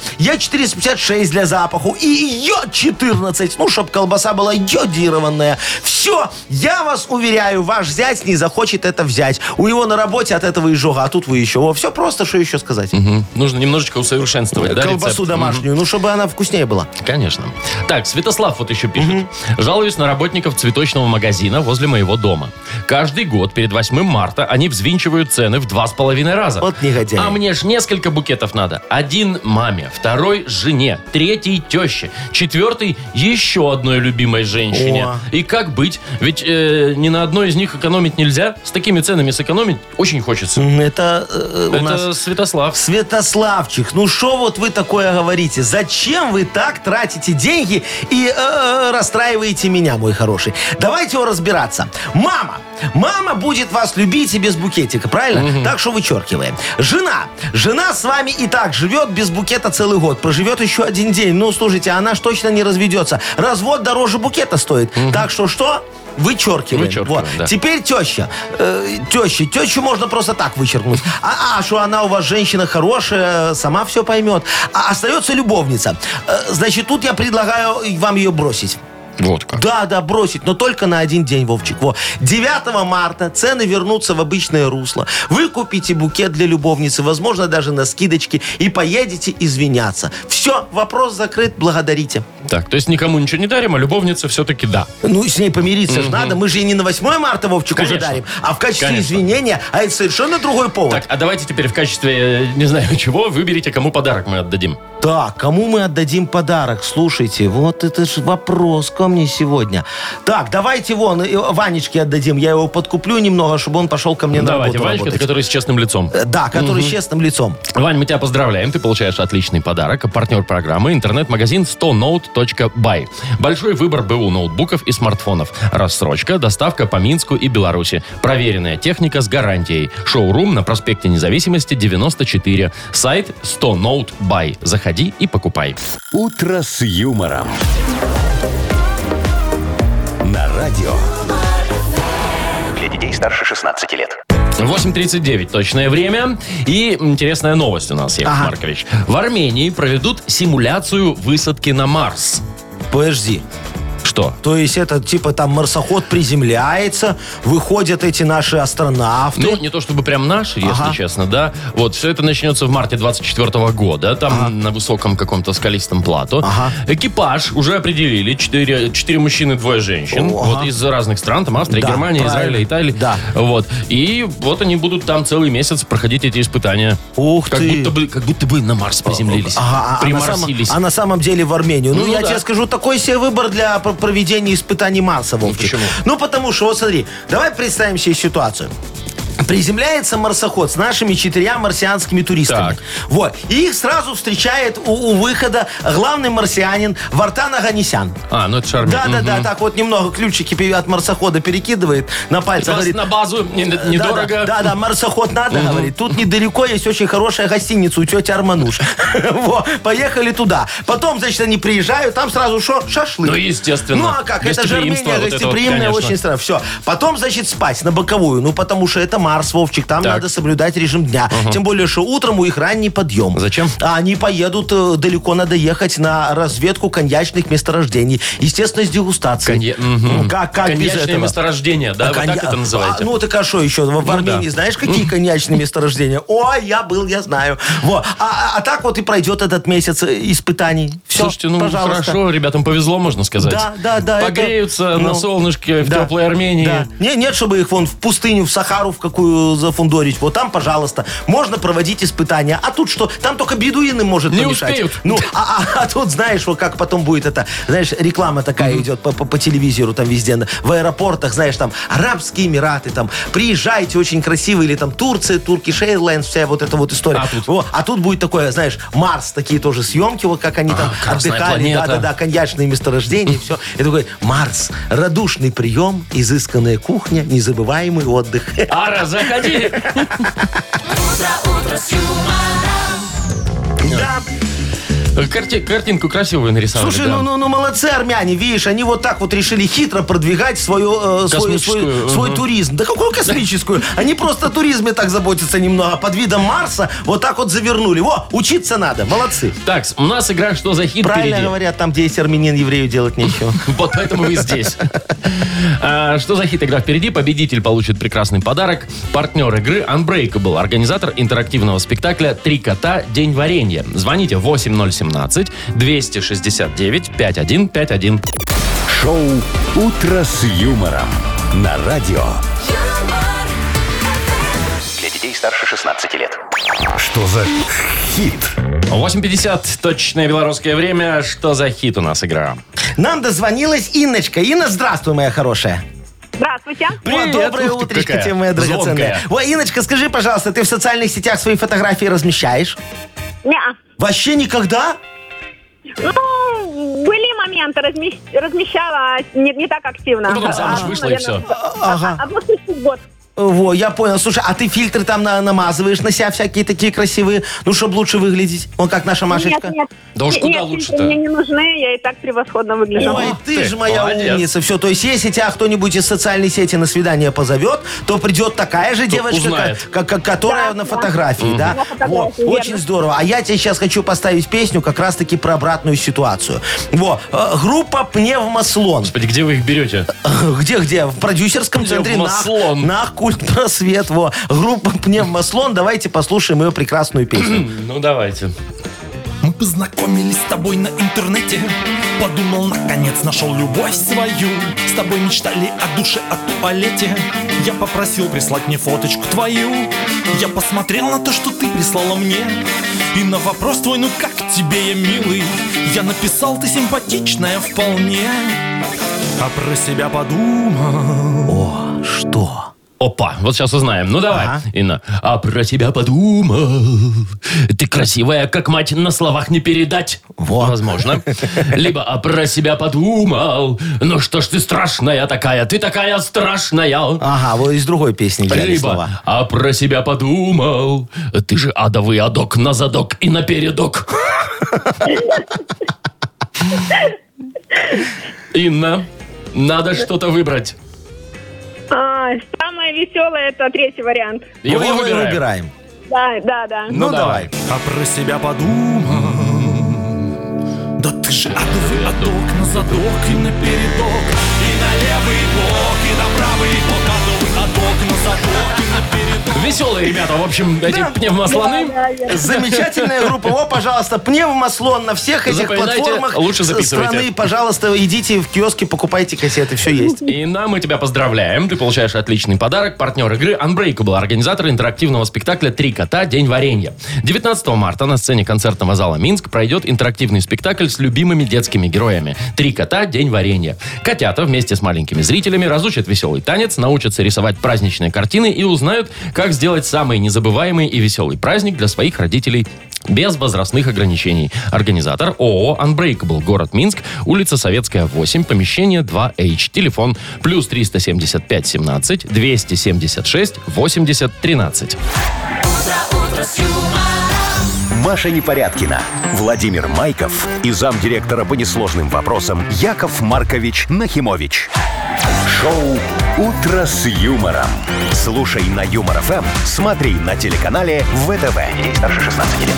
Speaker 3: Е456 для запаху и Е14, ну, чтобы колбаса была йодированная. Все, я вас уверяю, ваш зять не захочет это взять. У него на работе от этого изжога, а тут вы еще. Во, все просто, что еще сказать.
Speaker 2: М, Нужно немножечко усовершенствовать, да,
Speaker 3: Э, Колбасу
Speaker 2: рецепт?
Speaker 3: домашнюю, ну, чтобы она вкуснее была.
Speaker 2: Конечно. Так, Святослав вот еще пишет. Жалуюсь на работников цветочного магазина возле моего дома. Каждый год перед 8 марта они взвинчивают цены в два с половиной раза.
Speaker 3: Вот негодяи.
Speaker 2: А мне ж несколько букетов надо. Один маме, второй жене, третий теще, четвертый еще одной любимой женщине.
Speaker 3: О.
Speaker 2: И как быть? Ведь э, ни на одной из них экономить нельзя. С такими ценами сэкономить очень хочется.
Speaker 3: М, Это э, у
Speaker 2: Это
Speaker 3: нас...
Speaker 2: Святослав.
Speaker 3: Святославчик, ну что вот вы такое говорите? Зачем вы так тратите деньги и э, э, расстраиваете меня, мой хороший? Давайте его разбираться. Мама, Мама будет вас любить и без букетика, правильно? Так что вычеркиваем. Жена. Жена с вами и так живет без букета целый год. Проживет еще один день. Ну, слушайте, она ж точно не разведется. Развод дороже букета стоит. Так что что? Вычеркиваем.
Speaker 2: Вычеркиваем,
Speaker 3: Вот.
Speaker 2: да.
Speaker 3: Теперь теща. Э, теща. Тещу можно просто так вычеркнуть. А, а, что она у вас женщина хорошая, сама все поймет. А остается любовница. Э, значит, тут я предлагаю вам ее бросить.
Speaker 2: Вот как.
Speaker 3: Да, да, бросить, но только на один день, Вовчик. Во. 9 марта цены вернутся в обычное русло. Вы купите букет для любовницы, возможно, даже на скидочке, и поедете извиняться. Все, вопрос закрыт, благодарите.
Speaker 2: Так, то есть никому ничего не дарим, а любовнице все-таки да.
Speaker 3: Ну, с ней помириться же надо. Мы же ей не на 8 марта, Вовчик, уже
Speaker 2: Конечно.
Speaker 3: дарим, а в качестве
Speaker 2: Конечно.
Speaker 3: извинения, а это совершенно другой повод.
Speaker 2: Так,
Speaker 3: Так.
Speaker 2: а давайте теперь в качестве, э, не знаю чего, выберите, кому подарок мы отдадим.
Speaker 3: кому мы отдадим подарок? Слушайте, вот это же вопрос ко мне сегодня. Так, давайте вон э, Ванечке отдадим. Я его подкуплю немного, чтобы он пошел ко мне
Speaker 2: Давайте,
Speaker 3: на работу
Speaker 2: Ванечка,
Speaker 3: работать.
Speaker 2: который с честным лицом.
Speaker 3: Э, Да, который с честным лицом.
Speaker 2: Вань, мы тебя поздравляем, ты получаешь отличный подарок. А Партнер программы интернет-магазин 100note.by. Большой выбор БУ ноутбуков и смартфонов. Рассрочка, доставка по Минску и Беларуси. Проверенная техника с гарантией. Шоурум на проспекте Независимости 94. Сайт 100note.by. Заходи и покупай.
Speaker 1: «Утро с юмором». На радио.
Speaker 4: Для детей старше 16 лет.
Speaker 2: 8.39 точное время. И интересная новость у нас, Яков
Speaker 3: Ага.
Speaker 2: Маркович. В Армении проведут симуляцию высадки на Марс.
Speaker 3: Подожди.
Speaker 2: Что?
Speaker 3: То есть это типа там марсоход приземляется, выходят эти наши астронавты.
Speaker 2: Ну, не то чтобы прям наши, если
Speaker 3: Ага.
Speaker 2: честно, да. Вот, все это начнется в марте 24 года, там на высоком каком-то скалистом плато.
Speaker 3: Ага.
Speaker 2: Экипаж уже определили, 4, мужчины, двое женщин.
Speaker 3: О,
Speaker 2: вот
Speaker 3: ага.
Speaker 2: из разных стран, там Австрия,
Speaker 3: Да,
Speaker 2: Германия,
Speaker 3: правильно.
Speaker 2: Израиль, Италия.
Speaker 3: Да.
Speaker 2: Вот. И вот они будут там целый месяц проходить эти испытания.
Speaker 3: Ух
Speaker 2: как
Speaker 3: ты.
Speaker 2: Будто бы, как будто бы на Марс приземлились.
Speaker 3: Ага, а- а, на самом,
Speaker 2: приморсились.
Speaker 3: а на самом деле в Армению. Ну,
Speaker 2: Ну,
Speaker 3: я
Speaker 2: да.
Speaker 3: тебе скажу, такой себе выбор для пр- проведения испытаний Марса, Вовчик.
Speaker 2: почему?
Speaker 3: Ну, потому что, вот смотри, давай представим себе ситуацию. Приземляется марсоход с нашими четырьмя марсианскими туристами.
Speaker 2: Так.
Speaker 3: Вот. И их сразу встречает у, у выхода главный марсианин Вартан Аганесян.
Speaker 2: А, ну это шарм.
Speaker 3: Да, да, да, так вот немного ключики пе- от марсохода перекидывает на пальцы. говорит,
Speaker 2: на базу не-
Speaker 3: Да,
Speaker 2: недорого.
Speaker 3: Да, да, да, марсоход надо, говорит. Тут недалеко есть очень хорошая гостиница у тети Армануш. Во, поехали туда. Потом, значит, они приезжают, там сразу шо? Шашлык.
Speaker 2: Ну, естественно.
Speaker 3: Ну, а как? Это же
Speaker 2: Гостеприимство,
Speaker 3: Армения
Speaker 2: вот это вот,
Speaker 3: гостеприимная,
Speaker 2: конечно.
Speaker 3: очень страна. Все. Потом, значит, спать на боковую. Ну, потому что это Марс, Вовчик. Там
Speaker 2: Так.
Speaker 3: надо соблюдать режим дня. Тем более, что утром у них ранний подъем.
Speaker 2: Зачем?
Speaker 3: А они поедут э, далеко, надо ехать на разведку коньячных месторождений. Естественно, с дегустацией.
Speaker 2: Конья- мгм.
Speaker 3: Ну, Как, как без
Speaker 2: Коньячное
Speaker 3: этого?
Speaker 2: месторождение, да?
Speaker 3: А
Speaker 2: Вы
Speaker 3: конья-
Speaker 2: так это называете?
Speaker 3: А, ну, так а что еще? В, в Армении
Speaker 2: да.
Speaker 3: знаешь, какие коньячные месторождения? О, я был, я знаю. Во. А, а- а так вот и пройдет этот месяц э, испытаний. Все,
Speaker 2: Слушайте, ну
Speaker 3: пожалуйста.
Speaker 2: хорошо, ребятам повезло, можно сказать.
Speaker 3: Да, да, да. это-
Speaker 2: Погреются на
Speaker 3: ну,
Speaker 2: солнышке в
Speaker 3: да,
Speaker 2: теплой Армении.
Speaker 3: да. Не, нет, чтобы их вон в пустыню, в Сахару в какую зафундорить. Вот там, пожалуйста, можно проводить испытания. А тут что? Там только бедуины может
Speaker 2: Не
Speaker 3: помешать.
Speaker 2: успеют.
Speaker 3: Ну, а, а- а тут знаешь, вот как потом будет это, знаешь, реклама такая идет по, по- по телевизору там везде, на- в аэропортах, знаешь, там Арабские Эмираты, там приезжайте, очень красиво, или там Турция, Turkish Airlines, вся вот эта вот история.
Speaker 2: А тут?
Speaker 3: Во, а тут будет такое, знаешь, Марс, такие тоже съемки, вот как они там
Speaker 2: «Красная
Speaker 3: отдыхали,
Speaker 2: планета».
Speaker 3: да-да-да, коньячные месторождения, все. И такой, Марс, радушный прием, изысканная кухня, незабываемый отдых.
Speaker 2: Ара, заходи!
Speaker 3: Да.
Speaker 2: Карти- Картинку красивую нарисовали.
Speaker 3: Слушай,
Speaker 2: да.
Speaker 3: ну, ну, ну, молодцы армяне, видишь, они вот так вот решили хитро продвигать свою, э, свой, свой-
Speaker 2: Космическую,
Speaker 3: свой
Speaker 2: мгм.
Speaker 3: туризм. Да какую космическую? Они просто о туризме так заботятся немного. Под видом Марса вот так вот завернули. Во, учиться надо, молодцы.
Speaker 2: Так, у нас игра «Что за хит»
Speaker 3: Правильно
Speaker 2: впереди.
Speaker 3: говорят, там, где есть армянин, еврею делать нечего.
Speaker 2: Вот поэтому вы здесь. А, Что за хит игра впереди? Победитель получит прекрасный подарок. Партнер игры Unbreakable, организатор интерактивного спектакля «Три кота. День варенья». Звоните 8017-269-5151.
Speaker 1: Шоу «Утро с юмором». На радио.
Speaker 4: Для детей старше 16 лет.
Speaker 1: Что за хит?
Speaker 2: 8.50, точное белорусское время. Что за хит у нас игра?
Speaker 3: Нам дозвонилась Инночка. Инна, здравствуй, моя хорошая.
Speaker 7: Здравствуйте.
Speaker 2: Привет,
Speaker 3: О, доброе
Speaker 2: ух ты
Speaker 3: утречко
Speaker 2: какая
Speaker 3: тебе, моя
Speaker 2: звонкая.
Speaker 3: драгоценная. О, Иночка, скажи, пожалуйста, ты в социальных сетях свои фотографии размещаешь?
Speaker 7: Неа.
Speaker 3: Вообще никогда?
Speaker 7: Ну, были момент размещ- размещала не, не так активно. А,
Speaker 2: Ну, потом замуж вышла, и
Speaker 7: наверное,
Speaker 2: всё.
Speaker 3: Ага.
Speaker 7: А- а- Одну штучку в год.
Speaker 3: Э, Во, я понял. Слушай, а ты фильтры там на- намазываешь на себя всякие такие красивые, ну, чтобы лучше выглядеть? Вон как наша Машечка.
Speaker 7: Нет, нет.
Speaker 2: Да уж
Speaker 7: Нет,
Speaker 2: куда
Speaker 7: фильтры
Speaker 2: лучше-то?
Speaker 7: Мне не нужны, я и так превосходно выгляжу.
Speaker 3: Ой, ты,
Speaker 2: ты,
Speaker 3: же моя
Speaker 2: молодец.
Speaker 3: умница. Все, то есть, если тебя кто-нибудь из социальной сети на свидание позовет, то придет такая же девочка,
Speaker 2: узнает.
Speaker 3: как- как- которая
Speaker 7: Да,
Speaker 3: на
Speaker 7: да.
Speaker 3: фотографии, да?
Speaker 7: На фотографии,
Speaker 3: Вот,
Speaker 7: верно.
Speaker 3: очень здорово. А я тебе сейчас хочу поставить песню как раз-таки про обратную ситуацию. Во, э, группа Пневмослон.
Speaker 2: Господи, где вы их берете?
Speaker 3: Где-где? В продюсерском
Speaker 2: Где?
Speaker 3: центре
Speaker 2: В
Speaker 3: на,
Speaker 2: Маслон.
Speaker 3: культ просвет. Во. Группа Пневмослон. Давайте послушаем ее прекрасную песню.
Speaker 2: Ну, давайте.
Speaker 6: Мы познакомились с тобой на интернете Подумал, наконец, нашел любовь свою С тобой мечтали о душе, о туалете Я попросил прислать мне фоточку твою Я посмотрел на то, что ты прислала мне И на вопрос твой, ну как тебе я, милый Я написал, ты симпатичная вполне А про себя подумал
Speaker 3: О, что?
Speaker 2: Опа, вот сейчас узнаем. Ну давай,
Speaker 3: Ага.
Speaker 2: Инна. А про тебя подумал. Ты красивая, как мать, на словах не передать.
Speaker 3: Во.
Speaker 2: Возможно. Либо а про себя подумал. Ну что ж ты страшная такая, ты такая страшная.
Speaker 3: Ага, вот из другой песни взяли слова.
Speaker 2: Либо а про себя подумал. Ты же адовый адок на задок и на передок. Инна, надо что-то выбрать.
Speaker 7: А, самое веселое это третий вариант.
Speaker 2: Его
Speaker 3: Мы его и
Speaker 2: выбираем.
Speaker 3: выбираем.
Speaker 7: Да, да, да.
Speaker 3: Ну, давай.
Speaker 6: А про себя подумал Да ты же адовый адок на задок и на передок И на левый бок, и на правый бок Адовый адок на задок и на передок
Speaker 2: Веселые ребята, в общем, эти пневмослоны.
Speaker 3: Замечательная группа. О, пожалуйста, пневмослон на всех этих
Speaker 2: Запоминайте,
Speaker 3: платформах
Speaker 2: лучше
Speaker 3: с-
Speaker 2: записывайте.
Speaker 3: страны. Пожалуйста, идите в киоски, покупайте кассеты, все есть.
Speaker 2: И на мы тебя поздравляем. Ты получаешь отличный подарок. Партнер игры Unbreakable, организатор интерактивного спектакля «Три кота. День варенья». 19 марта на сцене концертного зала «Минск» пройдет интерактивный спектакль с любимыми детскими героями «Три кота. День варенья». Котята вместе с маленькими зрителями разучат веселый танец, научатся рисовать праздничные картины и узнают, как сделать самый незабываемый и веселый праздник для своих родителей без возрастных ограничений. Организатор ООО Unbreakable, город Минск, улица Советская, 8, помещение 2H, телефон плюс 375 17 276 80 13.
Speaker 1: Маша Непорядкина, Владимир Майков и замдиректора по несложным вопросам Яков Маркович Нахимович. Шоу «Утро с юмором». Слушай на Юмор ФМ, смотри на телеканале ВТВ. Ей старше 16 лет.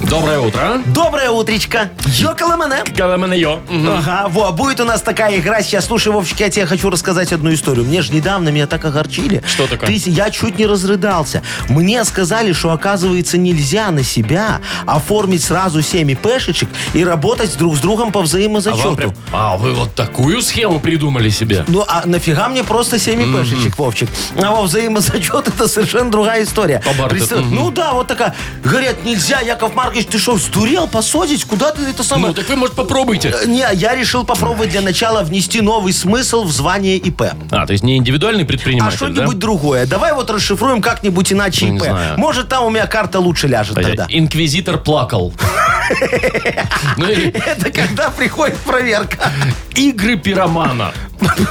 Speaker 2: Доброе утро.
Speaker 3: Доброе утречко. Йоколэмэне.
Speaker 2: Каламанайо. Мгм.
Speaker 3: Ага, во, будет у нас такая игра. Сейчас, слушай, Вовчик, я тебе хочу рассказать одну историю. Мне же недавно меня так огорчили.
Speaker 2: Что такое?
Speaker 3: Ты- я чуть не разрыдался. Мне сказали, что, оказывается, нельзя на себя оформить сразу 7 пешечек и работать друг с другом по
Speaker 2: А,
Speaker 3: взаимозачету.
Speaker 2: вам прям- а, вы вот такую схему придумали себе?
Speaker 3: Ну, а нафига мне просто 7 пешечек, Вовчик? А во взаимозачет это совершенно другая история.
Speaker 2: Побарыта,
Speaker 3: Представь-
Speaker 2: мгм.
Speaker 3: Ну да, вот такая. Говорят, нельзя, Яков Маркович, ты что, сдурел посадить? Куда ты это самое?
Speaker 2: Ну, так вы, может, попробуйте.
Speaker 3: Э, Не, я решил попробовать для начала внести новый смысл в звание ИП.
Speaker 2: А, то есть не индивидуальный
Speaker 3: А
Speaker 2: предприниматель, да?
Speaker 3: что-нибудь другое. Давай вот расшифруем как-нибудь иначе
Speaker 2: Ну, не
Speaker 3: ИП.
Speaker 2: знаю.
Speaker 3: Может, там у меня карта лучше ляжет тогда.
Speaker 2: Инквизитор плакал. Ну или
Speaker 3: Это когда приходит проверка.
Speaker 2: игры пиромана.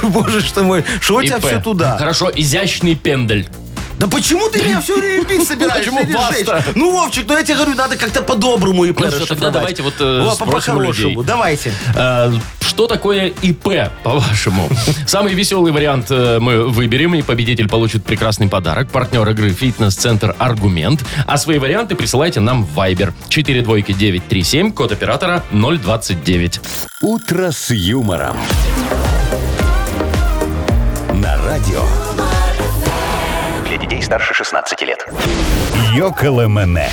Speaker 3: Боже ж ты мой, что у тебя
Speaker 2: ИП.
Speaker 3: все туда?
Speaker 2: Хорошо, изящный пендель.
Speaker 3: Да почему ты меня все время бить собираешься?
Speaker 2: Почему
Speaker 3: или жечь?
Speaker 2: вас-то?
Speaker 3: Ну, Вовчик, ну я тебе говорю, надо как-то по-доброму ИП
Speaker 2: Ну, всё, тогда
Speaker 3: расшифровать.
Speaker 2: давайте вот, э,
Speaker 3: Во,
Speaker 2: спросим у людей.
Speaker 3: По-хорошему, давайте.
Speaker 2: Э, Что такое ИП, по-вашему? Самый веселый вариант э, мы выберем, и победитель получит прекрасный подарок. Партнер игры «Фитнес-центр Аргумент». А свои варианты присылайте нам в Viber. 42937, код оператора 029.
Speaker 1: «Утро с юмором». На радио
Speaker 4: Для детей старше 16 лет.
Speaker 1: «Йоколэмэне».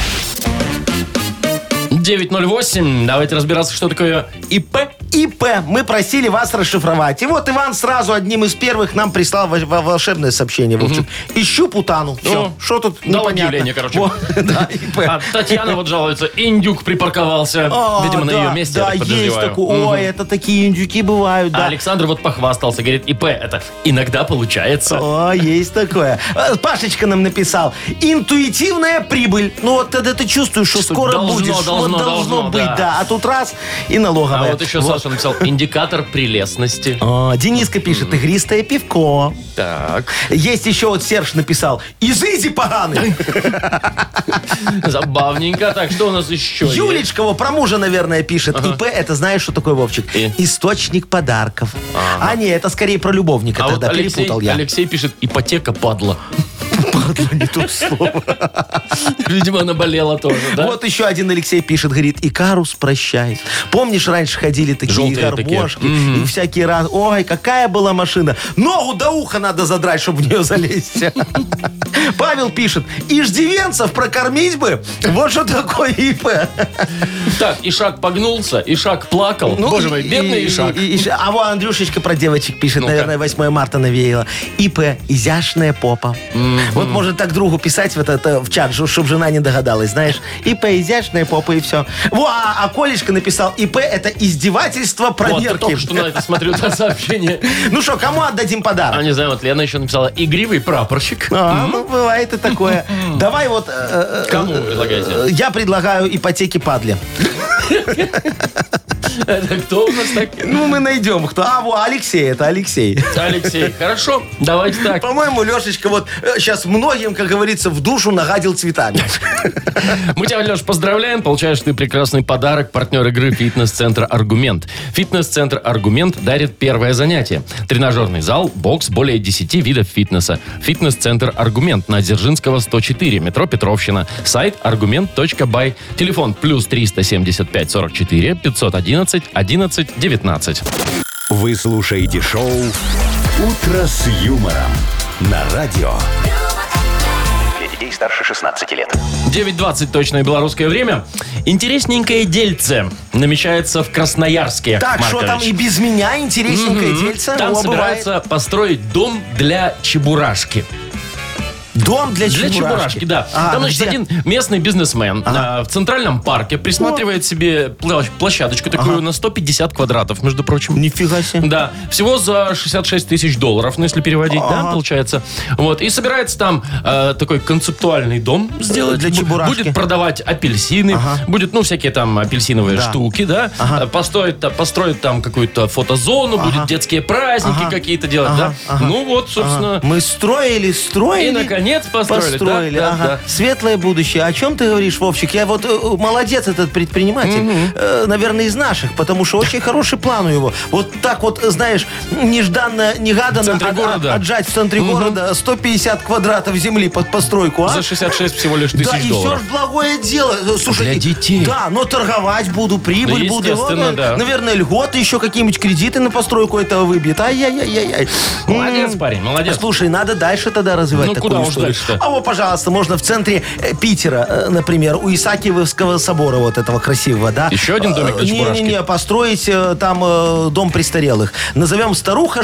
Speaker 2: 908. Давайте разбираться, что такое ИП
Speaker 3: ИП мы просили вас расшифровать. И вот Иван сразу одним из первых нам прислал во- во- волшебное сообщение. Вовчик. Ищу путану. Все.
Speaker 2: Ну,
Speaker 3: Что тут
Speaker 2: дал
Speaker 3: непонятно.
Speaker 2: объявление, короче.
Speaker 3: Во, да, ИП.
Speaker 2: А Татьяна вот жалуется, индюк припарковался.
Speaker 3: А,
Speaker 2: Видимо, на
Speaker 3: да,
Speaker 2: ее месте, я
Speaker 3: Да,
Speaker 2: так
Speaker 3: есть
Speaker 2: подозреваю.
Speaker 3: такой.
Speaker 2: Мгм.
Speaker 3: Ой, это такие индюки бывают,
Speaker 2: А
Speaker 3: да.
Speaker 2: Александр вот похвастался, говорит, ИП это иногда получается.
Speaker 3: О, есть такое. Э, Пашечка нам написал. Интуитивная прибыль. Ну вот тогда ты чувствуешь, что,
Speaker 2: Что
Speaker 3: скоро
Speaker 2: должно,
Speaker 3: будешь.
Speaker 2: должно,
Speaker 3: вот
Speaker 2: должно,
Speaker 3: должно быть,
Speaker 2: да.
Speaker 3: да. А тут раз и
Speaker 2: А
Speaker 3: налоговая.
Speaker 2: вот еще Саша написал, индикатор прелестности.
Speaker 3: О, Дениска пишет, игристое пивко.
Speaker 2: Так,
Speaker 3: Есть еще вот Серж написал, изыди поганый.
Speaker 2: забавненько. Так, что у нас еще есть?
Speaker 3: Юлечка вот про мужа, наверное, пишет. ИП, это знаешь, что такое, Вовчик?
Speaker 2: И?
Speaker 3: Источник подарков. А не, это скорее про любовника
Speaker 2: А вот
Speaker 3: тогда,
Speaker 2: Алексей,
Speaker 3: перепутал я.
Speaker 2: Алексей пишет, ипотека падла.
Speaker 3: Падла, не то слово.
Speaker 2: Видимо, она болела тоже, Ну да?
Speaker 3: Вот еще один Алексей пишет, говорит, Икарус прощай. Помнишь, раньше ходили такие
Speaker 2: Желтые такие.
Speaker 3: горбошки и всякие раз. Ой, какая была машина. Ногу до уха надо задрать, чтобы в нее залезть. Павел пишет, иждивенцев прокормить бы. Вот что такое ИП.
Speaker 2: Так, Ишак погнулся, Ишак плакал.
Speaker 3: Ну,
Speaker 2: Боже
Speaker 3: и-
Speaker 2: мой, бедный
Speaker 3: и-
Speaker 2: Ишак.
Speaker 3: и- и- а вот Андрюшечка про девочек пишет,
Speaker 2: Ну-ка.
Speaker 3: наверное, 8 марта навеяло. ИП, изящная попа. Вот можно так другу писать в, это, это в чат, чтобы жена не догадалась, знаешь. ИП, изящная попа и все. Во, а, а Колечка написал, ИП это издевательство
Speaker 2: Вот, я
Speaker 3: проверки.
Speaker 2: только что на это смотрю на сообщение.
Speaker 3: Ну что, кому отдадим
Speaker 2: А
Speaker 3: подарок?
Speaker 2: не знаю, вот Лена еще написала, игривый прапорщик.
Speaker 3: А, ну, бывает и такое. Давай вот... э, э, э,
Speaker 2: Кому вы предлагаете?
Speaker 3: э, Я предлагаю ипотеки падли.
Speaker 2: Это кто у нас так?
Speaker 3: Ну, мы найдем кто. А, во, Алексей, это Алексей.
Speaker 2: Алексей, хорошо, давайте так.
Speaker 3: По-моему, Лешечка вот сейчас многим, как говорится, в душу нагадил цветами.
Speaker 2: Мы тебя, Леш, поздравляем. Получаешь ты прекрасный подарок. Партнер игры «Фитнес-центр Аргумент». «Фитнес-центр Аргумент» дарит первое занятие. Тренажерный зал, бокс, более 10 видов фитнеса. «Фитнес-центр Аргумент» на Дзержинского, 104, метро Петровщина. Сайт argument.by. Телефон плюс 375 44 511 11 19.
Speaker 1: Вы слушаете шоу «Утро с юмором» на радио.
Speaker 4: Для детей старше 16 лет.
Speaker 2: 9.20 точное белорусское время. Интересненькое дельце намечается в Красноярске.
Speaker 3: Так, что там
Speaker 2: Маркович.
Speaker 3: и без меня интересненькое дельце?
Speaker 2: Там
Speaker 3: О, бывает.
Speaker 2: собираются построить дом для чебурашки.
Speaker 3: Дом для
Speaker 2: Для
Speaker 3: чебурашки.
Speaker 2: чебурашки, да.
Speaker 3: А,
Speaker 2: Там, значит,
Speaker 3: где?
Speaker 2: один местный бизнесмен а, в центральном парке
Speaker 3: Ну.
Speaker 2: присматривает себе пла- площадочку такую на 150 квадратов, между прочим.
Speaker 3: Нифига себе.
Speaker 2: Да, всего за 66 тысяч долларов, ну, если переводить, да, получается. Вот, и собирается там э, такой концептуальный дом сделать.
Speaker 3: Для
Speaker 2: Бу-
Speaker 3: чебурашки.
Speaker 2: Будет продавать апельсины, будет, ну, всякие там апельсиновые
Speaker 3: Да.
Speaker 2: штуки, да. Э, Построит, та- построит там какую-то фотозону, будут детские праздники какие-то делать,
Speaker 3: Ага,
Speaker 2: да. Ну, вот, собственно...
Speaker 3: Ага. Мы строили, строили.
Speaker 2: И, наконец, построили,
Speaker 3: Построили,
Speaker 2: да, да,
Speaker 3: ага.
Speaker 2: да.
Speaker 3: Светлое будущее. О чем ты говоришь, Вовчик? Я вот э, э, молодец этот предприниматель. Э, наверное, из наших, потому что очень хороший план у его. Вот так вот, э, знаешь, нежданно, негаданно
Speaker 2: В центре
Speaker 3: от-
Speaker 2: города.
Speaker 3: отжать в центре города 150 квадратов земли под постройку, а?
Speaker 2: За 66 всего лишь тысяч
Speaker 3: да, и все
Speaker 2: долларов.
Speaker 3: же благое дело. Э, Слушай,
Speaker 2: Для
Speaker 3: и-
Speaker 2: детей.
Speaker 3: Да, но торговать буду, прибыль
Speaker 2: Ну,
Speaker 3: буду.
Speaker 2: естественно,
Speaker 3: Вот, э,
Speaker 2: да.
Speaker 3: Наверное, льготы еще какие-нибудь кредиты на постройку этого выбьет. Ай-яй-яй-яй.
Speaker 2: Молодец, парень, молодец.
Speaker 3: Слушай, надо дальше тогда развивать
Speaker 2: Ну,
Speaker 3: такую
Speaker 2: куда уж
Speaker 3: историю.
Speaker 2: дальше-то?
Speaker 3: А вот, пожалуйста, можно в центре э, Питера, э, например, у Исаакиевского собора вот этого красивого, да? Э,
Speaker 2: Еще один домик для чебурашки?
Speaker 3: Не-не-не, построить э, там э, дом престарелых. Назовем старуха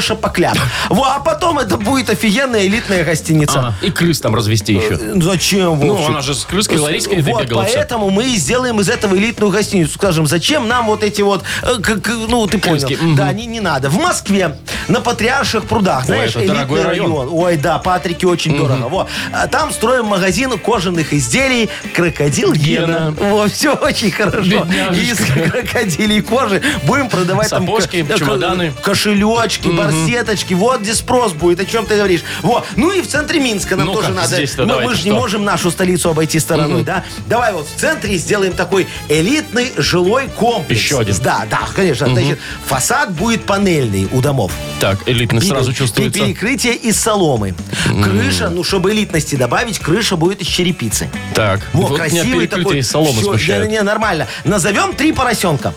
Speaker 3: Шапокляк. Во, а потом это будет офигенная элитная гостиница.
Speaker 2: Ага. И крыс там развести еще.
Speaker 3: Э, Зачем,
Speaker 2: Ну,
Speaker 3: Вовчик? Э,
Speaker 2: она же с крыской Лариской
Speaker 3: Вот,
Speaker 2: добегала вся.
Speaker 3: поэтому мы и сделаем из этого элитную гостиницу. Скажем, зачем нам вот эти вот, э, как, э, ну, ты понял.
Speaker 2: Крыски, мгм.
Speaker 3: Да, не, не надо. В Москве на Патриарших прудах, знаешь,
Speaker 2: это дорогой
Speaker 3: элитный
Speaker 2: район.
Speaker 3: район. Ой, да, Патрике очень дорого. Во. А Там строим магазин кожаных изделий «Крокодил
Speaker 2: Гена.
Speaker 3: Гена». Во, все очень хорошо. Из
Speaker 2: Бедняжечка.
Speaker 3: крокодилей кожи будем продавать там...
Speaker 2: Сапожки,
Speaker 3: ко- э, ко-
Speaker 2: чемоданы.
Speaker 3: Кошелечки, барсеточки. Вот где спрос будет, о чем ты говоришь. Во. Ну и в центре Минска нам
Speaker 2: Ну
Speaker 3: тоже
Speaker 2: как
Speaker 3: надо...
Speaker 2: здесь-то?
Speaker 3: Ну,
Speaker 2: Давайте
Speaker 3: мы же не
Speaker 2: что?
Speaker 3: можем нашу столицу обойти стороной, да? Давай вот в центре сделаем такой элитный жилой комплекс.
Speaker 2: Еще один.
Speaker 3: Да, да, конечно. Значит, фасад будет панельный у домов.
Speaker 2: Так, элитность сразу
Speaker 3: Пере-
Speaker 2: чувствуется.
Speaker 3: Перекрытие из соломы. Крыша, ну, чтобы чтобы элитности добавить, крыша будет из черепицы.
Speaker 2: Так,
Speaker 3: Во,
Speaker 2: вот меня
Speaker 3: красивый
Speaker 2: перекрытие
Speaker 3: такой.
Speaker 2: из соломы
Speaker 3: Всё,
Speaker 2: смущает.
Speaker 3: не, не, нормально. Назовем три поросенка.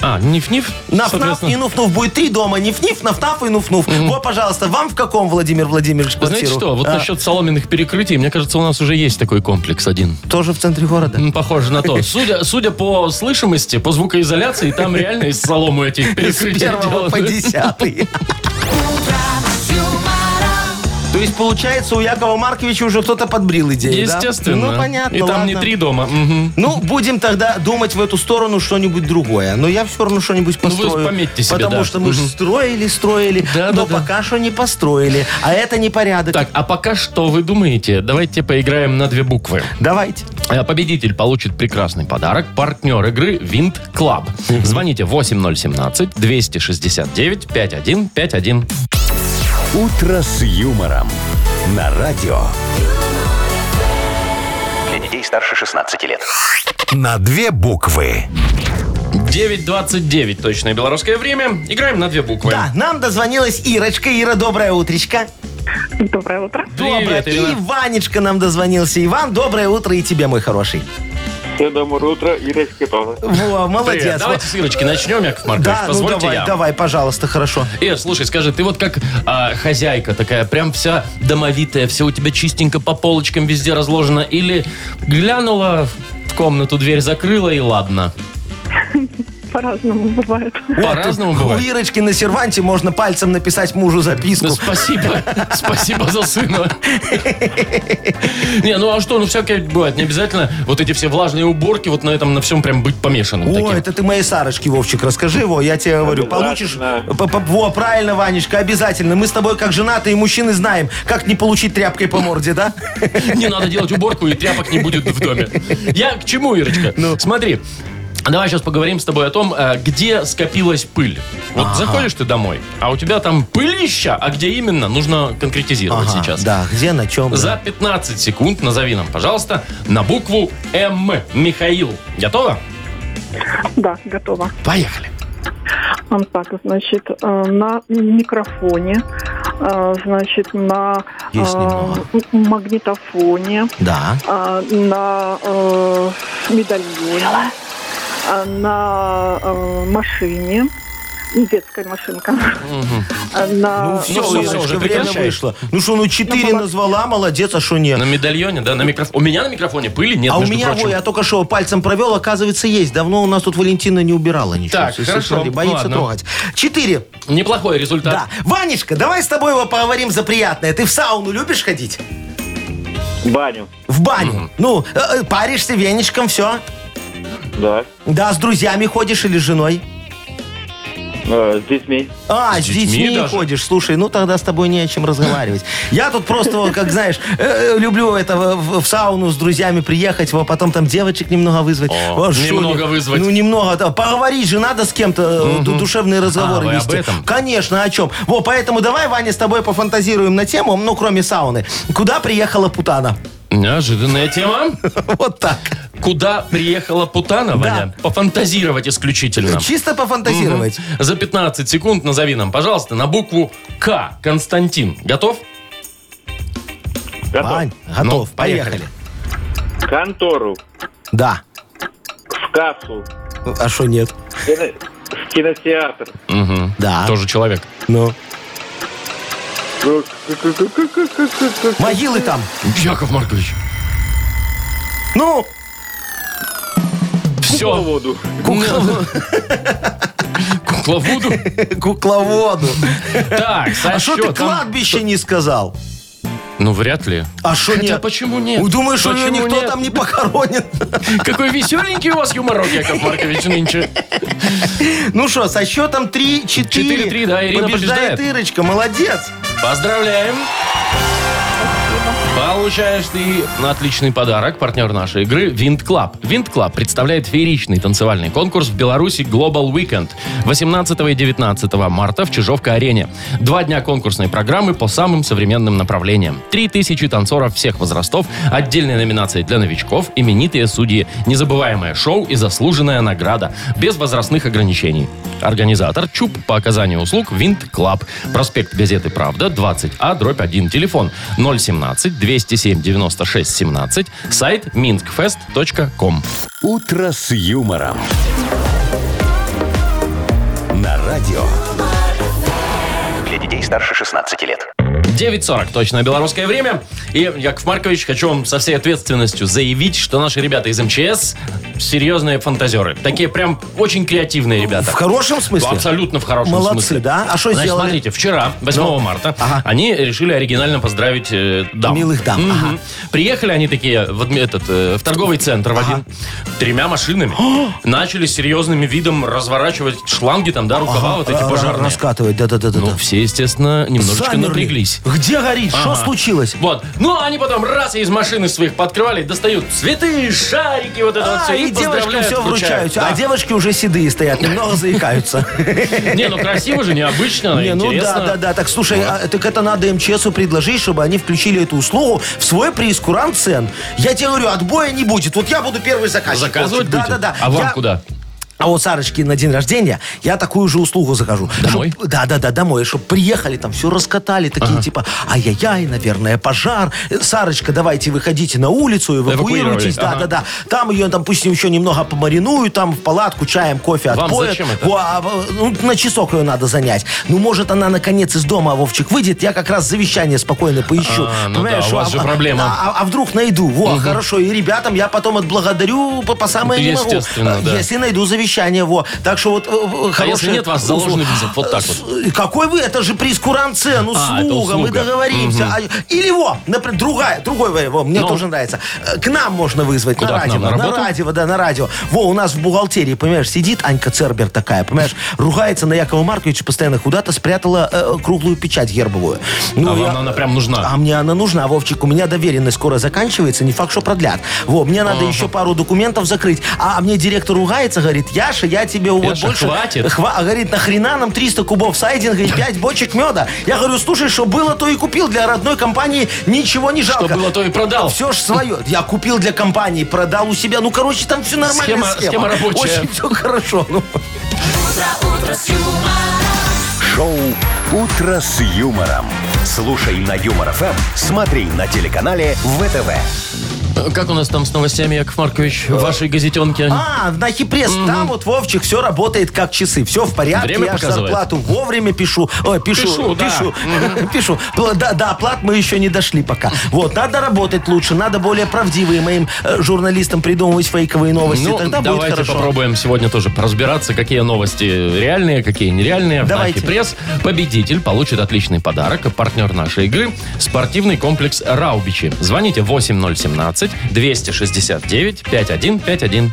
Speaker 2: А, ниф-ниф,
Speaker 3: Наф-наф
Speaker 2: соответственно.
Speaker 3: и нуф-нуф. Будет три дома. Ниф-ниф, наф-наф и нуф-нуф. Вот, пожалуйста, вам в каком, Владимир Владимирович, квартиру?
Speaker 2: Знаете что, вот
Speaker 3: А,
Speaker 2: насчет соломенных перекрытий, мне кажется, у нас уже есть такой комплекс один.
Speaker 3: Тоже в центре города.
Speaker 2: М, Похоже на то. Судя, судя по слышимости, по звукоизоляции, там реально из соломы этих
Speaker 3: С
Speaker 2: перекрытий
Speaker 3: первого по
Speaker 2: делают.
Speaker 3: десятый. То есть, получается, у Якова Марковича уже кто-то подбрил идею, да?
Speaker 2: Естественно.
Speaker 3: Ну, понятно,
Speaker 2: И там не
Speaker 3: ладно.
Speaker 2: три дома. мгм.
Speaker 3: Ну, будем тогда думать в эту сторону что-нибудь другое. Но я все равно что-нибудь
Speaker 2: Ну, вы
Speaker 3: построю.
Speaker 2: пометьте себе,
Speaker 3: Потому
Speaker 2: да.
Speaker 3: что мы же
Speaker 2: Мгм.
Speaker 3: строили, строили,
Speaker 2: Да,
Speaker 3: но
Speaker 2: да, да.
Speaker 3: пока что не построили. А это непорядок.
Speaker 2: Так, а пока что вы думаете? Давайте поиграем на две буквы.
Speaker 3: Давайте.
Speaker 2: Э, Победитель получит прекрасный подарок. Партнер игры Винт Клаб. Звоните 8017-269-5151.
Speaker 1: «Утро с юмором» на радио.
Speaker 4: Для детей старше 16 лет.
Speaker 1: На две буквы.
Speaker 2: 9.29 точное белорусское время. Играем на две буквы.
Speaker 3: Да, нам дозвонилась Ирочка. Ира, доброе утречко.
Speaker 7: Доброе утро.
Speaker 2: Привет,
Speaker 3: доброе. И
Speaker 2: Ирина.
Speaker 3: Ванечка нам дозвонился. Иван, доброе утро и тебе, мой хороший.
Speaker 5: Всем доброе утро, Ирочка тоже.
Speaker 3: Во, молодец.
Speaker 2: Привет. Давайте с Ирочки начнем, Яков Маркович.
Speaker 3: Да, ну
Speaker 2: Позвольте
Speaker 3: давай,
Speaker 2: я.
Speaker 3: давай, пожалуйста, хорошо.
Speaker 2: Ир, слушай, скажи, ты вот как а, хозяйка такая, прям вся домовитая, все у тебя чистенько по полочкам везде разложено, или глянула в комнату, дверь закрыла и ладно.
Speaker 7: По-разному бывает.
Speaker 2: По-разному
Speaker 3: У
Speaker 2: бывает.
Speaker 3: Ирочки на серванте можно пальцем написать мужу записку.
Speaker 2: Ну, спасибо. Спасибо за сына. Не, ну а что, ну всякое бывает. Не обязательно вот эти все влажные уборки вот на этом, на всем прям быть помешанным
Speaker 3: О,
Speaker 2: таким.
Speaker 3: это ты моей Сарочке, Вовчик, расскажи его, я тебе говорю, получишь...
Speaker 5: Обязательно.
Speaker 3: П- п- Во, правильно, Ванечка, обязательно. Мы с тобой, как женатые мужчины, знаем, как не получить тряпкой по морде, да?
Speaker 2: Не надо делать уборку, и тряпок не будет в доме. Я к чему, Ирочка?
Speaker 3: Ну.
Speaker 2: Смотри, Давай сейчас поговорим с тобой о том, э, где скопилась пыль. Вот заходишь ты домой, а у тебя там пылища, а где именно, нужно конкретизировать
Speaker 3: Ага,
Speaker 2: сейчас.
Speaker 3: Да, где, на чем,
Speaker 2: За 15 секунд назови нам, пожалуйста, на букву М. Михаил. Готово?
Speaker 7: Да, готово.
Speaker 2: Поехали.
Speaker 7: Ам, Так, значит, э, на микрофоне, э, значит, на
Speaker 3: Есть
Speaker 7: э,
Speaker 3: немного.
Speaker 7: м- магнитофоне,
Speaker 3: Да.
Speaker 7: э, на э, медальоне, э, на э, машине, детская машинка, э,
Speaker 3: Ну
Speaker 7: на...
Speaker 3: все,
Speaker 2: всё,
Speaker 3: Ирочка,
Speaker 2: уже
Speaker 3: время
Speaker 2: прекращай.
Speaker 3: вышло. Ну что, ну 4 назвала, молодец, а что нет?
Speaker 2: На медальоне, да, на микрофон. У меня на микрофоне пыли нет,
Speaker 3: А у
Speaker 2: между
Speaker 3: меня,
Speaker 2: прочим.
Speaker 3: ой, я только что пальцем провел, оказывается, есть. Давно у нас тут Валентина не убирала ничего.
Speaker 2: Так,
Speaker 3: Смотри,
Speaker 2: хорошо,
Speaker 3: смотри, Боится
Speaker 2: ладно.
Speaker 3: трогать. Четыре.
Speaker 2: Неплохой результат.
Speaker 3: Да. Ванечка, давай с тобой его поговорим за приятное. Ты в сауну любишь ходить?
Speaker 5: Баню.
Speaker 3: В баню. Ну, э, э, паришься веничком, все.
Speaker 5: Да.
Speaker 3: Да, с друзьями ходишь или с женой?
Speaker 5: Э, с детьми.
Speaker 3: А,
Speaker 2: С
Speaker 3: с,
Speaker 2: детьми
Speaker 3: детьми,
Speaker 2: даже?
Speaker 3: ходишь. Слушай, ну тогда с тобой не о чем разговаривать. Я тут просто, вот, как знаешь, э, э, люблю это в, в- в сауну с друзьями приехать, вот, потом там девочек немного вызвать.
Speaker 2: О,
Speaker 3: Вот что
Speaker 2: немного
Speaker 3: не-
Speaker 2: вызвать.
Speaker 3: Ну, немного, да. Поговорить же надо с кем-то, э, ду- душевные разговоры
Speaker 2: А, вы об
Speaker 3: вести.
Speaker 2: этом?
Speaker 3: Конечно, о чем. Во, поэтому давай, Ваня, с тобой пофантазируем на тему, ну, кроме сауны. Куда приехала Путана?
Speaker 2: Неожиданная тема.
Speaker 3: Вот так.
Speaker 2: Куда приехала Путана, Ваня? Пофантазировать исключительно.
Speaker 3: Чисто пофантазировать.
Speaker 2: За 15 секунд назови нам, пожалуйста, на букву К. Константин. Готов?
Speaker 5: Готов.
Speaker 3: Вань, готов.
Speaker 2: Ну, поехали.
Speaker 3: поехали.
Speaker 5: В контору.
Speaker 3: Да.
Speaker 5: В кассу.
Speaker 3: А что нет?
Speaker 5: в кино- В кинотеатр.
Speaker 2: Мгм.
Speaker 3: Да.
Speaker 2: Тоже человек.
Speaker 3: Ну.
Speaker 5: Ку- ку- ку- ку- ку- ку- ку- ку- ку.
Speaker 3: Могилы там.
Speaker 2: Яков Маркович.
Speaker 3: Ну,
Speaker 2: Все.
Speaker 5: Воду.
Speaker 2: Ну. Кукловуду.
Speaker 3: кукловоду.
Speaker 2: Так, со
Speaker 3: А что ты
Speaker 2: счетом-
Speaker 3: кладбище не сказал?
Speaker 2: Ну, вряд ли.
Speaker 3: А что
Speaker 2: Хотя
Speaker 3: нет?
Speaker 2: почему нет?
Speaker 3: Ну, Думаешь, что ее
Speaker 2: Почему
Speaker 3: никто
Speaker 2: нет?
Speaker 3: там не похоронит?
Speaker 2: Какой веселенький у вас юморок, Яков Маркович, нынче.
Speaker 3: Ну что, со счетом 3-4.
Speaker 2: 4-3, да, Ирина побеждает.
Speaker 3: Ирочка, молодец.
Speaker 2: Поздравляем! Получаешь ты отличный подарок, партнер нашей игры Винт Клаб. Винт Клаб представляет фееричный танцевальный конкурс в Беларуси Global Weekend 18 и 19 марта в Чижовка-арене. Два дня конкурсной программы по самым современным направлениям. 3000 танцоров всех возрастов, отдельные номинации для новичков, именитые судьи, незабываемое шоу и заслуженная награда без возрастных ограничений. Организатор ЧУП по оказанию А, услуг Винт Клаб. Проспект газеты «Правда», 20А, дробь 1. Телефон 017 207-96-17, сайт minskfest.com.
Speaker 1: «Утро с юмором». На радио
Speaker 4: Для детей старше 16 лет.
Speaker 2: 9.40, точное белорусское время. И, Яков Маркович, хочу вам со всей ответственностью заявить, что наши ребята из МЧС серьезные фантазеры. Такие прям очень креативные ребята. ну,
Speaker 3: В хорошем смысле?
Speaker 2: Абсолютно в хорошем
Speaker 3: Молодцы,
Speaker 2: смысле.
Speaker 3: да? А что
Speaker 2: Значит,
Speaker 3: сделали? Ну,
Speaker 2: смотрите, вчера, 8 марта,
Speaker 3: Ага.
Speaker 2: они решили оригинально поздравить э, дам.
Speaker 3: Милых дам,
Speaker 2: Мгм.
Speaker 3: ага.
Speaker 2: Приехали они такие в, адми- этот, э, в торговый центр в один, тремя машинами. Начали серьезным видом разворачивать шланги там, да, рукава
Speaker 3: Ага, э,
Speaker 2: вот эти
Speaker 3: ра-
Speaker 2: пожарные.
Speaker 3: Раскатывать, да-да-да.
Speaker 2: Ну, все, естественно, немножечко напряглись.
Speaker 3: Где горит? Что
Speaker 2: Ага.
Speaker 3: случилось?
Speaker 2: Вот. Ну, а они потом раз из машины своих подкрывали, достают цветы, шарики, вот это вот
Speaker 3: А,
Speaker 2: все.
Speaker 3: и девочкам
Speaker 2: поздравляют,
Speaker 3: все
Speaker 2: включают.
Speaker 3: вручают. А девочки уже седые стоят, немного заикаются.
Speaker 2: Да. Не, ну красиво же, необычно,
Speaker 3: Не, ну
Speaker 2: интересно.
Speaker 3: да, да, да. Так слушай, а, так это надо МЧСу предложить, чтобы они включили эту услугу в свой прейскурант цен. Я тебе говорю, отбоя не будет. Вот я буду первый
Speaker 2: А
Speaker 3: заказчик.
Speaker 2: Заказывать
Speaker 3: Вовчик.
Speaker 2: будете?
Speaker 3: Да, да, да.
Speaker 2: А вам
Speaker 3: Я-
Speaker 2: куда?
Speaker 3: А вот Сарочки на день рождения я такую же услугу закажу.
Speaker 2: Домой?
Speaker 3: Чтоб- да, да, да, домой. Чтобы приехали, там все раскатали, такие типа, ай-яй-яй, наверное, пожар. Э, Сарочка, давайте выходите на улицу,
Speaker 2: Эвакуировались,
Speaker 3: эвакуируйтесь. Да,
Speaker 2: ага.
Speaker 3: да, да. Там ее, там пусть еще немного помаринуют, там в палатку чаем, кофе
Speaker 2: Вам
Speaker 3: отпоят.
Speaker 2: зачем это?
Speaker 3: Во, а, э, ну, на часок ее надо занять. Ну, может, она наконец из дома, Вовчик, выйдет, я как раз завещание спокойно поищу.
Speaker 2: А, ну да, у вас
Speaker 3: а-
Speaker 2: же
Speaker 3: а-
Speaker 2: проблема.
Speaker 3: А, а вдруг найду? Во, хорошо, и ребятам я потом отблагодарю по, по самое не могу.
Speaker 2: Ну, Естественно,
Speaker 3: Э,
Speaker 2: да. А
Speaker 3: Если найду завещание, во. Так что вот э, э, хорошее...
Speaker 2: если нет, вас заложенный визит, вот так вот.
Speaker 3: С- э, Какой вы? Это же прейскурант цен,
Speaker 2: А, это
Speaker 3: услуга, мы
Speaker 2: услуга.
Speaker 3: договоримся. А- Или во, например, другая, другой вариант, во, мне
Speaker 2: Ну.
Speaker 3: тоже нравится. Э, К нам можно вызвать,
Speaker 2: Куда,
Speaker 3: на
Speaker 2: к нам,
Speaker 3: радио.
Speaker 2: на работу?
Speaker 3: радио, да, на радио. Во, у нас в бухгалтерии, понимаешь, сидит Анька Цербер такая, понимаешь, ругается на Якова Марковича постоянно, куда-то спрятала э, круглую печать гербовую. Ну,
Speaker 2: а
Speaker 3: я-
Speaker 2: вам она прям нужна.
Speaker 3: а мне она нужна, Вовчик. У меня доверенность скоро заканчивается, не факт, что продлят. Во, мне надо еще пару документов закрыть. А мне директор ругается, говорит, Яша, я тебе вот
Speaker 2: Яша,
Speaker 3: больше...
Speaker 2: хватит.
Speaker 3: Хва- а Говорит, нахрена нам 300 кубов сайдинга и 5 бочек меда? Я говорю, слушай, что было, то и купил. Для родной компании ничего не жалко.
Speaker 2: Что Ну, было, то и продал.
Speaker 3: Все ж свое. Я купил для компании, продал у себя. Ну, короче, там все нормально.
Speaker 2: Схема- схема рабочая.
Speaker 3: Очень все хорошо. Ну,
Speaker 1: шоу «Утро с юмором». Слушай на Юмор ФМ, смотри на телеканале ВТВ.
Speaker 2: Э, Как у нас там с новостями, Яков Маркович, в вашей газетенке?
Speaker 3: А, на Хипресс, там вот Вовчик все работает как часы. Все в порядке,
Speaker 2: Время
Speaker 3: я ж
Speaker 2: показывает.
Speaker 3: зарплату вовремя пишу. Ой, пишу,
Speaker 2: Пишу,
Speaker 3: пишу,
Speaker 2: да.
Speaker 3: пишу. Пла- Да, да, оплат мы еще не дошли пока. Вот, надо работать лучше, надо более правдивые моим э, журналистам придумывать фейковые новости.
Speaker 2: ну,
Speaker 3: Тогда будет
Speaker 2: давайте
Speaker 3: хорошо.
Speaker 2: попробуем сегодня тоже разбираться, какие новости реальные, какие нереальные. В
Speaker 3: Давайте.
Speaker 2: Нахи пресс победитель получит отличный подарок. А Партнер нашей игры – спортивный комплекс «Раубичи». Звоните 8017-269-5151.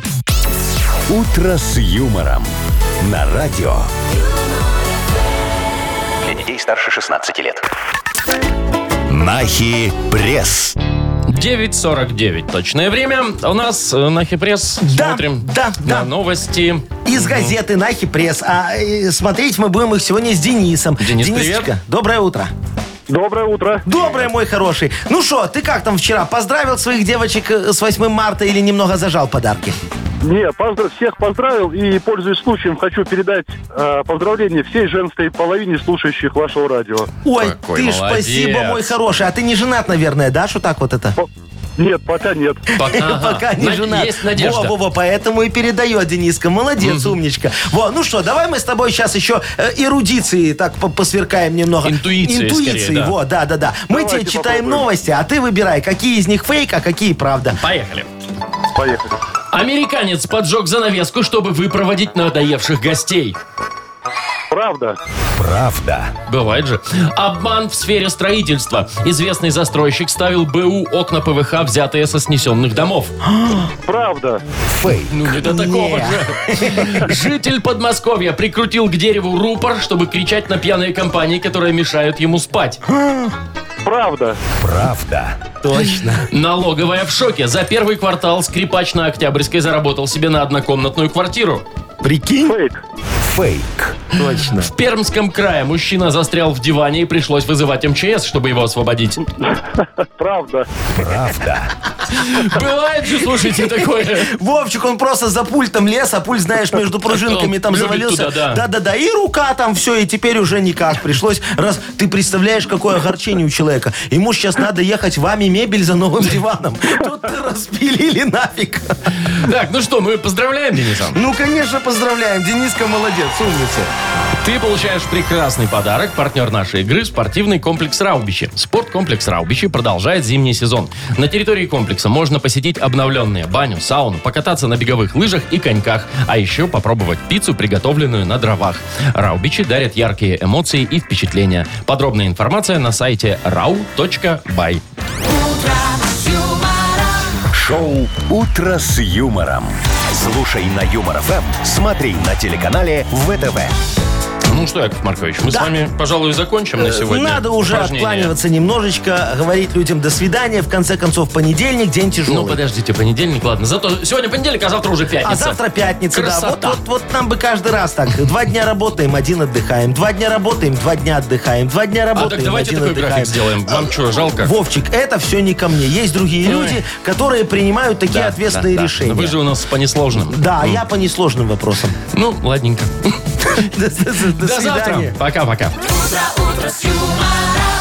Speaker 1: «Утро с юмором» на радио.
Speaker 4: Для детей старше 16 лет.
Speaker 1: Нахи пресс.
Speaker 2: 9.49 точное время. У нас э, Нахи пресс.
Speaker 3: Да,
Speaker 2: Смотрим
Speaker 3: да,
Speaker 2: на
Speaker 3: да.
Speaker 2: новости.
Speaker 3: Из газеты на Хипресс. А э, смотреть мы будем их сегодня с Денисом.
Speaker 2: Денис,
Speaker 3: Денисочка,
Speaker 2: привет.
Speaker 3: доброе утро.
Speaker 5: Доброе утро.
Speaker 3: Доброе, мой хороший. Ну что, ты как там вчера? Поздравил своих девочек э, с 8 марта или немного зажал подарки?
Speaker 5: Не, позд- всех поздравил и, пользуясь случаем, хочу передать э, поздравление всей женской половине слушающих вашего радио.
Speaker 3: Ой,
Speaker 2: Какой
Speaker 3: ты ж
Speaker 2: молодец.
Speaker 3: спасибо, мой хороший. А ты не женат, наверное, да, что так вот это?
Speaker 5: По- Нет, пока нет.
Speaker 2: Пока,
Speaker 3: Пока не
Speaker 2: Над-
Speaker 3: женат.
Speaker 2: Есть надежда.
Speaker 3: Во, во, во, поэтому и передает Дениска. Молодец, умничка. Во, ну что, давай мы с тобой сейчас еще э, эрудиции так по- посверкаем немного.
Speaker 2: Интуиции
Speaker 3: Интуиции,
Speaker 2: скорее, да.
Speaker 3: во, да, да, да. Мы
Speaker 5: Давайте
Speaker 3: тебе читаем
Speaker 5: попробуем.
Speaker 3: новости, а ты выбирай, какие из них фейк, а какие правда.
Speaker 2: Поехали.
Speaker 5: Поехали.
Speaker 2: Американец поджег занавеску, чтобы выпроводить надоевших гостей.
Speaker 5: Правда.
Speaker 1: Правда.
Speaker 2: Бывает же. Обман в сфере строительства. Известный застройщик ставил БУ окна ПВХ, взятые со снесенных домов.
Speaker 5: Правда.
Speaker 1: Фейк.
Speaker 2: Ну, не до такого же. Житель Подмосковья прикрутил к дереву рупор, чтобы кричать на пьяные компании, которые мешают ему спать.
Speaker 5: Правда.
Speaker 1: Правда.
Speaker 3: Точно.
Speaker 2: Налоговая в шоке. За первый квартал скрипач на Октябрьской заработал себе на однокомнатную квартиру.
Speaker 3: Прикинь?
Speaker 5: Фейк.
Speaker 1: фейк.
Speaker 3: Точно.
Speaker 2: В Пермском крае мужчина застрял в диване и пришлось вызывать МЧС, чтобы его освободить.
Speaker 5: Правда.
Speaker 2: Бывает же, слушайте, такое.
Speaker 3: Вовчик, он просто за пультом лез, а пульт, знаешь, между пружинками
Speaker 2: Он
Speaker 3: там
Speaker 2: любит
Speaker 3: завалился.
Speaker 2: туда, да.
Speaker 3: Да-да-да, и рука там все, и теперь уже никак. Пришлось, раз ты представляешь, какое огорчение у человека. Ему сейчас надо ехать вами мебель за новым диваном. Тут распилили нафиг.
Speaker 2: Так, ну что, мы поздравляем, Дениса.
Speaker 3: Ну, конечно, поздравляем. Дениска молодец, умница.
Speaker 2: Ты получаешь прекрасный подарок. Партнер нашей игры – спортивный комплекс «Раубичи». Спорткомплекс «Раубичи» продолжает зимний сезон. На территории комплекса можно посетить обновленные баню, сауну, покататься на беговых лыжах и коньках, а еще попробовать пиццу, приготовленную на дровах. «Раубичи» дарят яркие эмоции и впечатления. Подробная информация на сайте rau.by.
Speaker 1: Шоу «Утро с юмором». Слушай на Юмор ФМ, смотри на телеканале ВТВ.
Speaker 2: Ну что, Яков Маркович, мы с вами, пожалуй, закончим на сегодня
Speaker 3: Э, Надо уже
Speaker 2: упражнение.
Speaker 3: откланиваться немножечко, говорить людям до свидания. В конце концов, понедельник, день тяжелый.
Speaker 2: Ну, подождите, понедельник, ладно. Зато сегодня понедельник, а завтра уже пятница.
Speaker 3: А завтра пятница, да. Вот,
Speaker 2: Красота.
Speaker 3: вот, вот нам бы каждый раз так. Два дня работаем, один отдыхаем. Два дня работаем, два дня отдыхаем. Два дня
Speaker 2: А
Speaker 3: работаем,
Speaker 2: так давайте
Speaker 3: один
Speaker 2: такой
Speaker 3: отдыхаем.
Speaker 2: график сделаем. Вам что, жалко?
Speaker 3: Вовчик, это все не ко мне. Есть другие
Speaker 2: Ой.
Speaker 3: люди, которые принимают такие
Speaker 2: Да,
Speaker 3: ответственные
Speaker 2: да, да.
Speaker 3: решения.
Speaker 2: Вы же у нас по несложным.
Speaker 3: Да, а я по несложным вопросом.
Speaker 2: Ну, ладненько.
Speaker 3: До
Speaker 2: До завтра.
Speaker 3: свидания.
Speaker 2: Пока-пока.
Speaker 8: утро, утро с юмором.